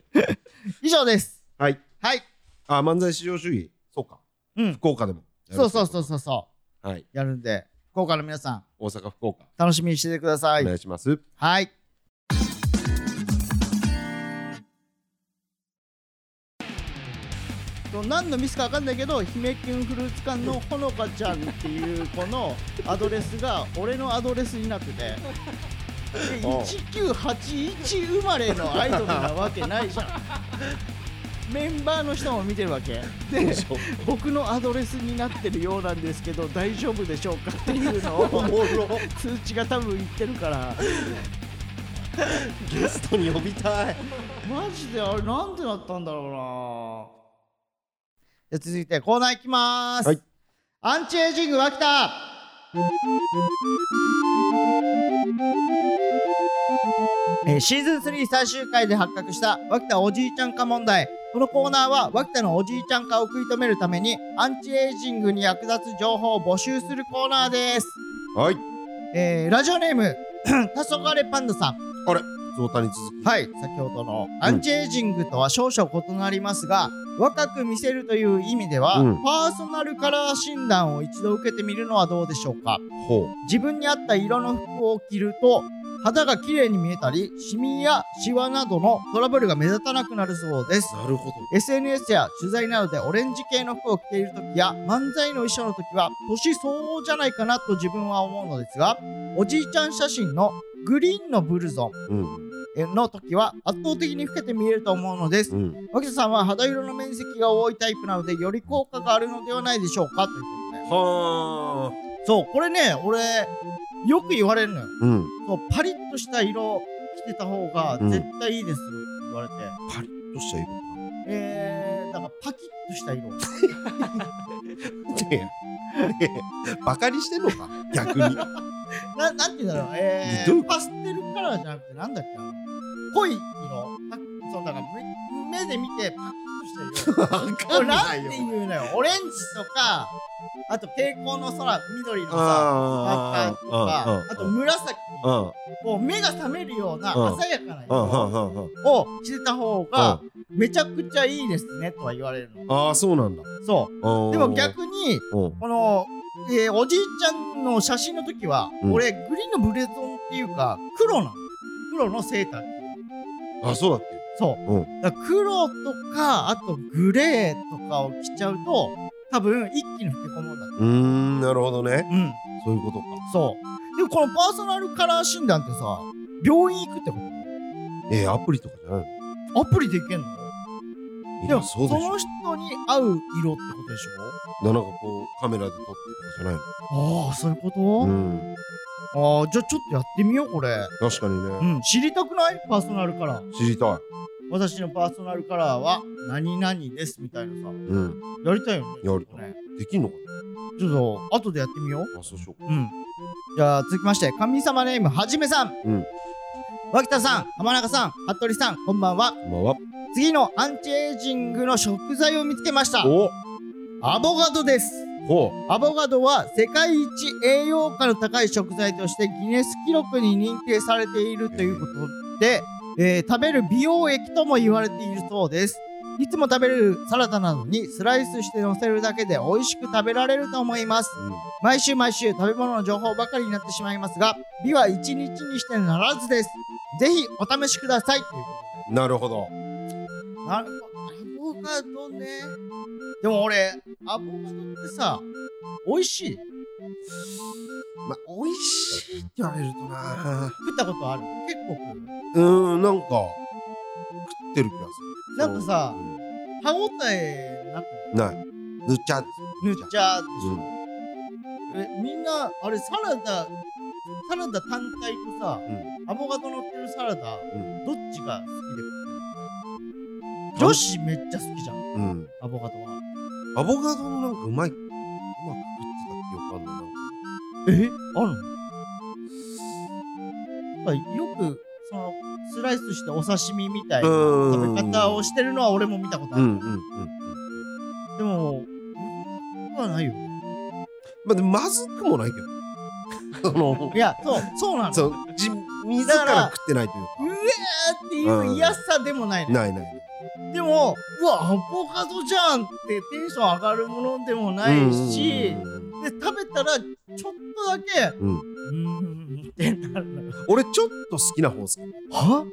[SPEAKER 2] 以上です。
[SPEAKER 3] はい
[SPEAKER 2] はい。
[SPEAKER 3] あ漫才至上主義そうか
[SPEAKER 2] うん。
[SPEAKER 3] 福岡でも
[SPEAKER 2] そうそうそううそうそ。
[SPEAKER 3] はいう
[SPEAKER 2] やるんで、福岡の皆さん、
[SPEAKER 3] 大阪福岡
[SPEAKER 2] 楽しみにしててくださ
[SPEAKER 3] お
[SPEAKER 2] い。
[SPEAKER 3] 願いします、
[SPEAKER 2] はい。と何のミスか分かんないけど姫キュンフルーツ館のほのかちゃんっていう子のアドレスが俺のアドレスになっててで
[SPEAKER 3] おう
[SPEAKER 2] 1981生まれのアイドルなわけないじゃんメンバーの人も見てるわけで僕のアドレスになってるようなんですけど大丈夫でしょうかっていうのを通知が多分言ってるから
[SPEAKER 3] ゲストに呼びたい
[SPEAKER 2] マジであれなんでなったんだろうなじゃあ続いてコーナーいきまーす、
[SPEAKER 3] はい
[SPEAKER 2] アンチエイジング脇田えーシーズン3最終回で発覚した脇田おじいちゃん化問題このコーナーは脇田のおじいちゃん化を食い止めるためにアンチエイジングに役立つ情報を募集するコーナーです、
[SPEAKER 3] はい
[SPEAKER 2] えーラジオネーム 黄昏パンダさん
[SPEAKER 3] 増田に続き
[SPEAKER 2] はい、先ほどのアンチエイジングとは少々異なりますが、若く見せるという意味では、
[SPEAKER 3] うん
[SPEAKER 2] パーソナルカラー診断を一度受けてみるのはどうでしょうか
[SPEAKER 3] ほう
[SPEAKER 2] 自分に合った色の服を着ると肌が綺麗に見えたりシミやシワなどのトラブルが目立たなくなるそうです
[SPEAKER 3] なるほど
[SPEAKER 2] SNS や取材などでオレンジ系の服を着ている時や漫才の衣装の時は年相応じゃないかなと自分は思うのですがおじいちゃん写真のグリーンのブルゾン
[SPEAKER 1] うん
[SPEAKER 2] の時は圧倒的に老けて見えると思うのです
[SPEAKER 1] う。ん
[SPEAKER 2] 脇田さんは肌色の面積が多いタイプなのでより効果があるのではないでしょうかということで。
[SPEAKER 3] はあ。
[SPEAKER 2] そうこれね俺よく言われるのよ
[SPEAKER 1] うん。
[SPEAKER 2] そうパリッとした色着てた方が
[SPEAKER 1] うん
[SPEAKER 2] 絶対いいですよって言われて、
[SPEAKER 3] パリッとした色か
[SPEAKER 2] えー、だからパキッとした色
[SPEAKER 3] な。ねえ。ねえ。バカにしてんのか逆に。
[SPEAKER 2] ななんて言うんだろうえ
[SPEAKER 3] どうい
[SPEAKER 2] ー、
[SPEAKER 3] う
[SPEAKER 2] パステルカラーじゃなくてなんだっけあの濃い色パそうだから目目で見てパキッとした色
[SPEAKER 3] わか
[SPEAKER 2] こ
[SPEAKER 3] ん
[SPEAKER 2] れ
[SPEAKER 3] な
[SPEAKER 2] ないん
[SPEAKER 3] よ
[SPEAKER 2] て。言うのよオレンジとかあと蛍光の空緑のさ
[SPEAKER 3] あ
[SPEAKER 2] 赤とかあと紫
[SPEAKER 3] うんうん
[SPEAKER 2] を目が覚めるような
[SPEAKER 3] うん
[SPEAKER 2] 鮮やかな
[SPEAKER 3] うん
[SPEAKER 2] 色
[SPEAKER 3] うんうんうん
[SPEAKER 2] を着てた方がめちゃくちゃいいですねとは言われるの
[SPEAKER 3] ああそうなんだ
[SPEAKER 2] そうで
[SPEAKER 3] で
[SPEAKER 2] も逆にこの、えーおじいちゃんの写真の時は、
[SPEAKER 1] うん
[SPEAKER 2] 俺グリーンのブレゾンっていうか黒なの黒のセーター
[SPEAKER 3] あそうだっけ
[SPEAKER 2] そう、
[SPEAKER 1] うん
[SPEAKER 2] だから黒とかあとグレーとかを着ちゃうと多分一気に老け込むんだ
[SPEAKER 3] うーんなるほどね
[SPEAKER 2] うん
[SPEAKER 3] そういうことか
[SPEAKER 2] そうでもこのパーソナルカラー診断ってさ病院行くってこ
[SPEAKER 3] えーアプリとかじゃない
[SPEAKER 2] とアプリで行けんの
[SPEAKER 3] の
[SPEAKER 2] でも
[SPEAKER 3] そうでしょ
[SPEAKER 2] の人に合う色ってことでし
[SPEAKER 3] ななんかこうカメラで撮ってるとかじゃないの
[SPEAKER 2] ょああそういうこと、
[SPEAKER 3] うん
[SPEAKER 2] ああじゃあちょっとやってみようこれ
[SPEAKER 3] 確かに
[SPEAKER 2] う
[SPEAKER 3] ね
[SPEAKER 2] ん知りたくないパーソナルカラー
[SPEAKER 3] 知りたい
[SPEAKER 2] 私のパーソナルカラーは何々ですみたいなさ
[SPEAKER 3] うん
[SPEAKER 2] やりたいよね
[SPEAKER 3] やりた
[SPEAKER 2] ね
[SPEAKER 3] できんのか
[SPEAKER 2] ちょっと後でやってみよう
[SPEAKER 3] なあそうしようか
[SPEAKER 2] うんじゃあ続きまして神様ネームはじめさん、
[SPEAKER 1] うん、
[SPEAKER 2] 脇田さん浜中さん服部さんこんばんは
[SPEAKER 3] こんばんは
[SPEAKER 2] 次のアンチエイジングの食材を見つけました
[SPEAKER 3] お
[SPEAKER 2] アボカドです
[SPEAKER 3] ほ
[SPEAKER 2] アボカドは世界一栄養価の高い食材としてギネス記録に認定されているということで、えー食べる美容液とも言われているそうですいつも食べるサラダなどにスライスして乗せるだけで美味しく食べられると思います
[SPEAKER 3] ううん
[SPEAKER 2] 毎週毎週食べ物の情報ばかりになってしまいますが美は一日にしてならずですぜひお試しくださいということで
[SPEAKER 3] なるほど
[SPEAKER 2] なるほど。アボカドね。でも俺、アボカドってさ、美味しい。食
[SPEAKER 3] ま美味しいって言われるとな
[SPEAKER 2] ったことある。結構食う。
[SPEAKER 3] うーんなんか食ってる気がす
[SPEAKER 2] な
[SPEAKER 3] る
[SPEAKER 2] んかさ
[SPEAKER 3] うん
[SPEAKER 2] 歯応えなく
[SPEAKER 3] ない塗っちゃう
[SPEAKER 2] 塗っちゃうでし
[SPEAKER 3] うん
[SPEAKER 2] ょ。え、みんな、あれサラダ、サラダ単体とさ、アボカド乗ってるサラダ、
[SPEAKER 3] ん
[SPEAKER 2] どっちが好きで食ってる女子めっちゃ好きじゃん、
[SPEAKER 3] うん
[SPEAKER 2] アボカドは。
[SPEAKER 3] アボカドのなんかうまいうまく食ってた記憶あんのなんか
[SPEAKER 2] えあるのまあよくそのスライスしてお刺身みたいな食べ方をしてるのは俺も見たことあ
[SPEAKER 3] う
[SPEAKER 2] る、
[SPEAKER 3] んうんうん
[SPEAKER 2] でも僕はないよ
[SPEAKER 3] まあでもまずくもないけど その
[SPEAKER 2] いやそうそうなの
[SPEAKER 3] そうじ自
[SPEAKER 2] だから
[SPEAKER 3] ら食ってないとい
[SPEAKER 2] う
[SPEAKER 3] う
[SPEAKER 2] わーっていう嫌さでもない
[SPEAKER 3] か
[SPEAKER 2] の、
[SPEAKER 3] ないない
[SPEAKER 2] でもうわアボカドじゃんってテンション上がるものでもないし
[SPEAKER 3] うんうんうんうん
[SPEAKER 2] で食べたらちょっとだけ
[SPEAKER 3] うん
[SPEAKER 2] うーんってなるのよ
[SPEAKER 3] 俺ちょっと好きな方好きなん
[SPEAKER 2] は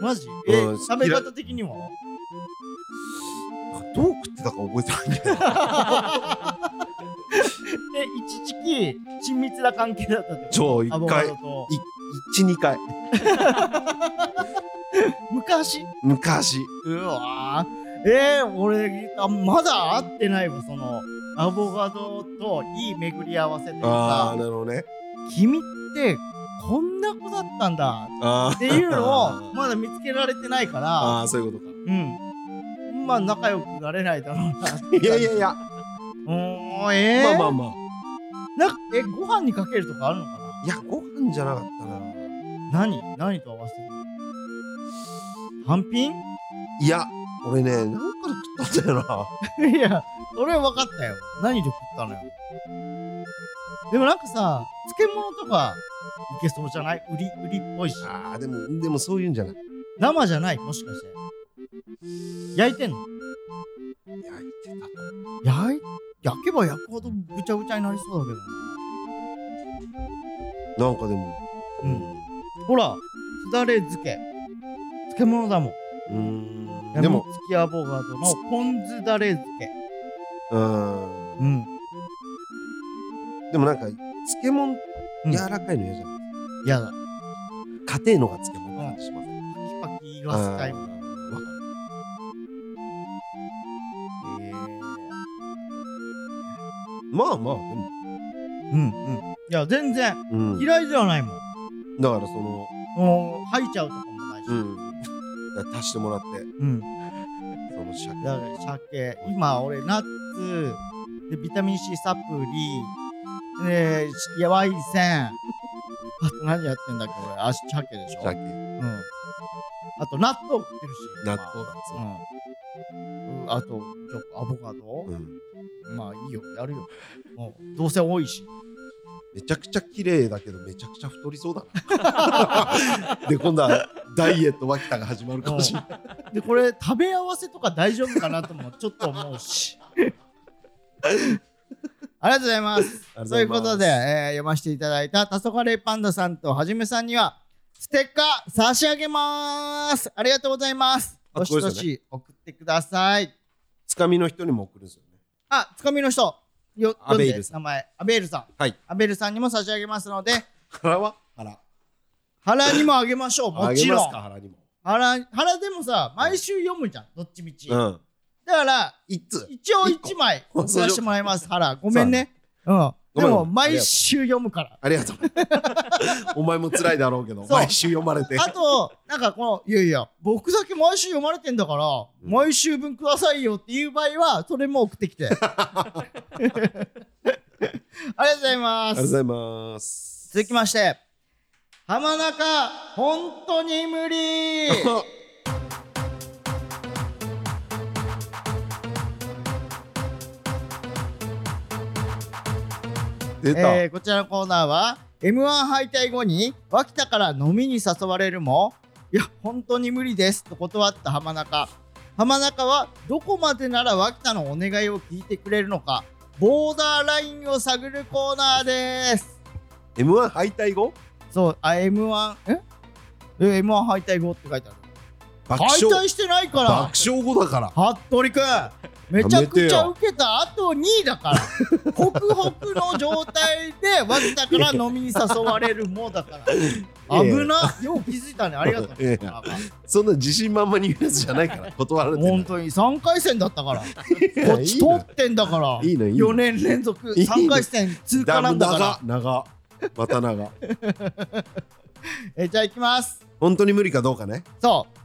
[SPEAKER 2] マジえ
[SPEAKER 3] うん
[SPEAKER 2] 食べ方的には
[SPEAKER 3] かどう食ってたか覚え てないけど
[SPEAKER 2] で一時期親密な関係だったってこと
[SPEAKER 3] そう
[SPEAKER 2] アボ
[SPEAKER 3] 一
[SPEAKER 2] カ
[SPEAKER 3] 回
[SPEAKER 2] ドと
[SPEAKER 3] 12回
[SPEAKER 2] 昔
[SPEAKER 3] 昔
[SPEAKER 2] うわーえー、俺あまだ会ってないわそのアボカドといい巡り合わせという
[SPEAKER 3] ああ
[SPEAKER 2] か
[SPEAKER 3] なるほどね
[SPEAKER 2] 君ってこんな子だったんだ
[SPEAKER 3] ああ
[SPEAKER 2] っていうの をまだ見つけられてないから
[SPEAKER 3] ああそういうことか
[SPEAKER 2] うんまあ仲良くなれないだろうな
[SPEAKER 3] いやいやいや、
[SPEAKER 2] うーんえー、
[SPEAKER 3] まあまあまあ
[SPEAKER 2] なんかえご飯にかけるとかあるのかない
[SPEAKER 3] やご飯じゃなかったな
[SPEAKER 2] 何何と合わせてる単品
[SPEAKER 3] いや俺ねなんかで食ったんだよない
[SPEAKER 2] や、俺は分かったよ。何で食ったのよ。でもなんかさ、漬物とかいけそうじゃない売り、売りっぽいし。
[SPEAKER 3] あーでもでもそういうんじゃない
[SPEAKER 2] 生じゃないもしかして。焼いてんの
[SPEAKER 3] 焼いてた
[SPEAKER 2] 焼い、焼けば焼くほどぐちゃぐちゃになりそうだけど
[SPEAKER 3] なんかでも、
[SPEAKER 2] うな。ほら、すだれ漬け。漬物だもん。
[SPEAKER 3] うん、
[SPEAKER 2] や
[SPEAKER 3] で
[SPEAKER 2] み
[SPEAKER 3] も、
[SPEAKER 2] つきアボカドのポン酢だれ漬け。
[SPEAKER 3] うん、
[SPEAKER 2] うん。
[SPEAKER 3] でもなんか、漬物、
[SPEAKER 2] うん
[SPEAKER 3] 柔らかいの嫌じゃん。
[SPEAKER 2] やだ。
[SPEAKER 3] 家庭のが漬物感じしません。
[SPEAKER 2] パキパキ言わせたいもん。
[SPEAKER 3] うんわかる
[SPEAKER 2] えー
[SPEAKER 3] ままあまあでも
[SPEAKER 2] うんうんいや全然
[SPEAKER 1] うん。
[SPEAKER 2] 嫌いではないもん
[SPEAKER 3] だからその、
[SPEAKER 2] もう吐いちゃうとかもないし
[SPEAKER 3] うん、だから足してもらって
[SPEAKER 2] うん
[SPEAKER 3] その借
[SPEAKER 2] だから鮭今俺ナッツでビタミン C サプリでヤワイセンあと何やってんだっけ俺あ鮭でしょ、う
[SPEAKER 3] 鮭
[SPEAKER 2] ん、あと納豆食ってるし
[SPEAKER 3] 納豆だそう、
[SPEAKER 2] うんうんあとちょアボカド、
[SPEAKER 3] うん、
[SPEAKER 2] まあいいよやるよもうどうせ多いし
[SPEAKER 3] めちゃくちゃ綺麗だけどめちゃくちゃ太りそうだな で今度はダイエット脇田が始まるかもしれない
[SPEAKER 2] でこれ食べ合わせとか大丈夫かなともちょっと思う しありがとうございます
[SPEAKER 3] ありが
[SPEAKER 2] そういう
[SPEAKER 3] ござ
[SPEAKER 2] こと
[SPEAKER 3] ま
[SPEAKER 2] で、
[SPEAKER 3] す
[SPEAKER 2] えー読ませていただいた黄昏パンダさんとはじめさんにはステッカー差し上げますありがとうございます
[SPEAKER 3] あ
[SPEAKER 2] どしど
[SPEAKER 3] これです
[SPEAKER 2] し送ってください
[SPEAKER 3] つかみの人にも送るんですよね
[SPEAKER 2] あつかみの人よ
[SPEAKER 3] アベ
[SPEAKER 2] 読ん
[SPEAKER 3] イ
[SPEAKER 2] で
[SPEAKER 3] ルさん
[SPEAKER 2] 名前アベールさん
[SPEAKER 3] はい
[SPEAKER 2] アベールさんにも差し上げますので
[SPEAKER 3] 腹は腹
[SPEAKER 2] 原にもあげましょうも
[SPEAKER 3] あ
[SPEAKER 2] ち
[SPEAKER 3] げ
[SPEAKER 2] ろ
[SPEAKER 3] ま
[SPEAKER 2] ん
[SPEAKER 3] すか腹にも
[SPEAKER 2] 原原でもさ毎週読むじゃんどっちみち、
[SPEAKER 3] うん
[SPEAKER 2] だから
[SPEAKER 3] 一通
[SPEAKER 2] 一応一枚
[SPEAKER 3] 個
[SPEAKER 2] 送らせてもらいます原ごめんねうん
[SPEAKER 3] ご
[SPEAKER 2] で
[SPEAKER 3] めん
[SPEAKER 2] も毎週読むから
[SPEAKER 3] ありがとうお前も辛いだろうけど
[SPEAKER 2] そう
[SPEAKER 3] 毎週読まれて
[SPEAKER 2] あと、なんかこの、いやいや、僕だけ毎週読まれてんだから、
[SPEAKER 1] うん
[SPEAKER 2] 毎週分くださいよっていう場合は、それも送ってきて。 ありがとうござい
[SPEAKER 3] あ
[SPEAKER 2] ま
[SPEAKER 3] りがとうご
[SPEAKER 2] す。
[SPEAKER 3] ざいます
[SPEAKER 2] 続きまして、浜中、本当に無理
[SPEAKER 3] 出た、
[SPEAKER 2] えーこちらのコーナーは m 1敗退後に脇田から飲みに誘われるも「いや本当に無理です」と断った浜中浜中はどこまでなら脇田のお願いを聞いてくれるのかボーダーラインを探るコーナーです
[SPEAKER 3] M1 敗退後
[SPEAKER 2] そうあ m 1ええ m 1敗退後って書いてある
[SPEAKER 3] 爆
[SPEAKER 2] 敗
[SPEAKER 3] 笑
[SPEAKER 2] 退してないから
[SPEAKER 3] 爆笑後だから
[SPEAKER 2] 服部君めちゃくちゃ受けた後にだからホクホクの状態で脇田から飲みに誘われるもだから
[SPEAKER 3] いやいや
[SPEAKER 2] 危なよう気づいたねありがとう
[SPEAKER 3] いや
[SPEAKER 2] ね
[SPEAKER 3] いやそんな自信満々に言うやつじゃないから断られて
[SPEAKER 2] 本
[SPEAKER 3] る
[SPEAKER 2] 当に3回戦だったから
[SPEAKER 3] い
[SPEAKER 2] こ
[SPEAKER 3] や
[SPEAKER 2] っち
[SPEAKER 3] いい
[SPEAKER 2] 通
[SPEAKER 3] の
[SPEAKER 2] ってんだから
[SPEAKER 3] いいのいいの
[SPEAKER 2] 4年連続
[SPEAKER 3] いいの
[SPEAKER 2] 3回戦通過なんだから
[SPEAKER 3] 長長また長
[SPEAKER 2] えじゃあ行きます
[SPEAKER 3] 本当に無理かどうかね
[SPEAKER 2] そう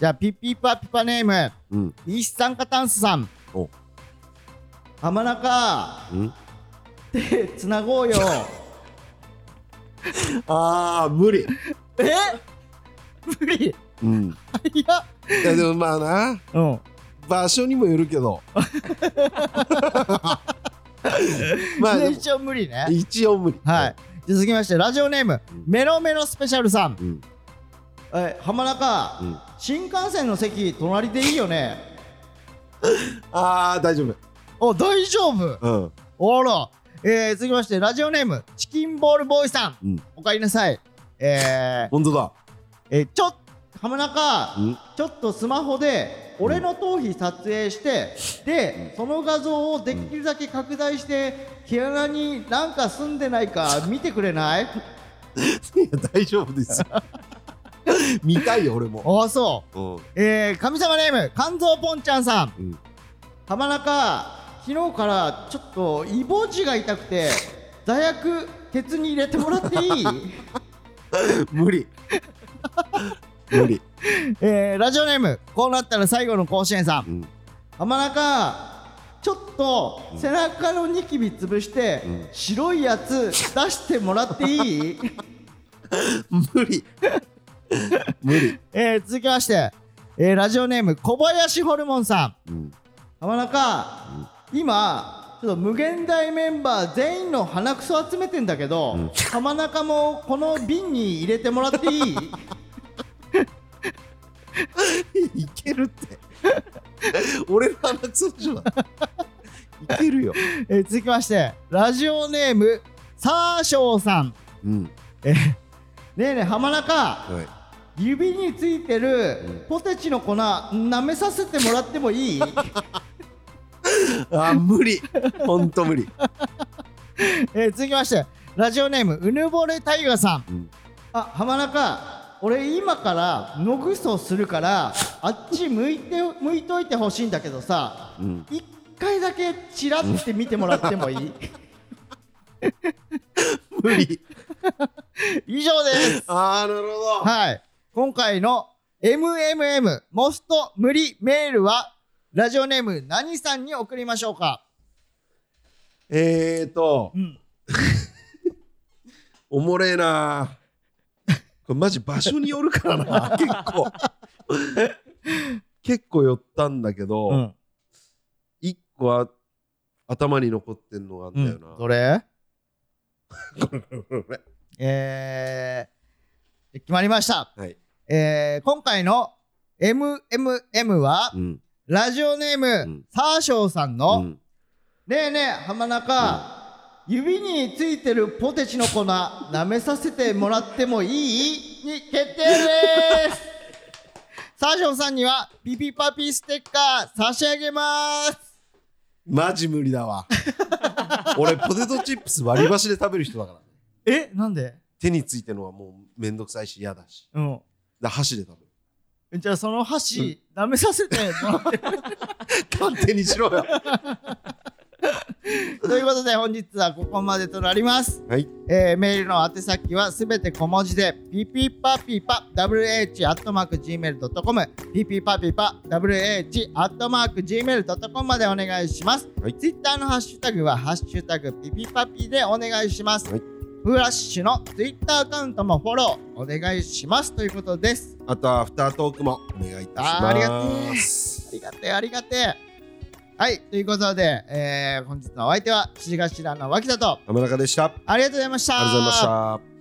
[SPEAKER 2] じゃあピッピーパーピパネーム
[SPEAKER 3] うん
[SPEAKER 2] 一酸化炭素さん
[SPEAKER 3] お
[SPEAKER 2] 浜中
[SPEAKER 1] ん
[SPEAKER 2] 手つなごうよ
[SPEAKER 3] ああ無理
[SPEAKER 2] え無理
[SPEAKER 3] うん
[SPEAKER 2] いや
[SPEAKER 3] いやでもまあな
[SPEAKER 2] うん
[SPEAKER 3] 場所にもよるけどまあでも
[SPEAKER 2] 一応無理ね
[SPEAKER 3] 一応無理
[SPEAKER 2] はいじゃあ続きましてラジオネーム
[SPEAKER 1] ん
[SPEAKER 2] メロメロスペシャルさん、
[SPEAKER 1] うん
[SPEAKER 2] え浜中、
[SPEAKER 1] うん
[SPEAKER 2] 新幹線の席隣でいいよね
[SPEAKER 3] ああ大丈
[SPEAKER 2] お大丈夫
[SPEAKER 3] 夫うん
[SPEAKER 2] おら、えー、続きましてラジオネームチキンボールボーイさん、
[SPEAKER 1] うん
[SPEAKER 2] おかえりなさいえー、
[SPEAKER 3] 本当だ
[SPEAKER 2] えーちょ浜中
[SPEAKER 1] ん
[SPEAKER 2] ちょっとスマホで俺の頭皮撮影して、でその画像をできるだけ拡大して、毛穴になんか住んでないか見てくれない
[SPEAKER 3] いや大丈夫ですよ見たいよ俺も
[SPEAKER 2] ああそう
[SPEAKER 1] うん。
[SPEAKER 2] えー、神様ネーム肝臓ぽんちゃんさん、
[SPEAKER 1] うん
[SPEAKER 2] 浜中昨日からちょっとイボ痔が痛くて座薬鉄に入れてもらっていい
[SPEAKER 3] 無理無理
[SPEAKER 2] えー、ラジオネームこうなったら最後の甲子園さん
[SPEAKER 1] うん。
[SPEAKER 2] 浜中ちょっと背中のニキビ潰して、白いやつ出してもらっていい、
[SPEAKER 3] 無理無理
[SPEAKER 2] えー続きまして、えーラジオネーム小林ホルモンさん、
[SPEAKER 1] うん
[SPEAKER 2] 浜中、今ちょっと無限大メンバー全員の鼻くそ集めてんだけど、浜中もこの瓶に入れてもらっていい
[SPEAKER 3] いけるって俺の鼻くそでしょいけるよ
[SPEAKER 2] えー続きましてラジオネームサーショーさん
[SPEAKER 1] うん。
[SPEAKER 2] ねえねえ浜中
[SPEAKER 1] はい。
[SPEAKER 2] 指についてるポテチの粉舐めさせてもらってもいい
[SPEAKER 3] あー無理ほんと無理
[SPEAKER 2] えー続きましてラジオネームうぬぼれタイガさん、
[SPEAKER 1] ん
[SPEAKER 2] あ浜中俺今から野ぐそするからあっち向いて向いといてほしいんだけどさ、一回だけチラって見てもらってもいい
[SPEAKER 3] 無理。
[SPEAKER 2] 以上です
[SPEAKER 3] ああ、なるほど。
[SPEAKER 2] はい今回の MMM モスト無理メールはラジオネーム何さんに送りましょうか
[SPEAKER 3] えーと
[SPEAKER 2] う、ん
[SPEAKER 3] おもれえな。これマジ場所によるから な、結構。結構寄ったんだけ
[SPEAKER 2] う
[SPEAKER 3] ど、
[SPEAKER 2] ん、
[SPEAKER 3] 一個は頭に残ってんのがあんだよな。
[SPEAKER 2] どれ
[SPEAKER 3] これ
[SPEAKER 2] えー、決まりました、
[SPEAKER 3] はい
[SPEAKER 2] えー、今回の MMM は
[SPEAKER 1] うん。
[SPEAKER 2] ラジオネーム、
[SPEAKER 1] ん
[SPEAKER 2] サーショーさん
[SPEAKER 1] う
[SPEAKER 2] の、
[SPEAKER 1] ん。
[SPEAKER 2] ねえねえ浜中、指についてるポテチの粉舐めさせてもらってもいいに決定ですサーショーさんにはピピパピステッカー差し上げます
[SPEAKER 3] マジ無理だわ。俺、ポテトチップス割り箸で食べる人だから。
[SPEAKER 2] えなんで
[SPEAKER 3] 手についてるのはもうめんどくさいし嫌だし。
[SPEAKER 2] うん
[SPEAKER 3] だ箸で食べる。
[SPEAKER 2] じゃあその箸、舐めさせてもらって
[SPEAKER 3] 勝手にしろよ。
[SPEAKER 2] ということで本日はここまでとなります、
[SPEAKER 3] はい
[SPEAKER 2] えーメールの宛先はすべて小文字でピピパピパ wh.gmail.com ピピパピパ wh.gmail.com までお願いします、
[SPEAKER 3] はい
[SPEAKER 2] ツイッターのハッシュタグはハッシュタグピピパピでお願いします、
[SPEAKER 3] はい
[SPEAKER 2] フラッシュのツイッターアカウントもフォローお願いしますということです
[SPEAKER 3] あとはアフタートークもお願いいたします。
[SPEAKER 2] あーありがてありがてえありがてえはいということで、えー本日のお相手は獅子頭の脇田と
[SPEAKER 3] 浜中でした。あり
[SPEAKER 2] ありがとうございました。
[SPEAKER 3] がとうございました。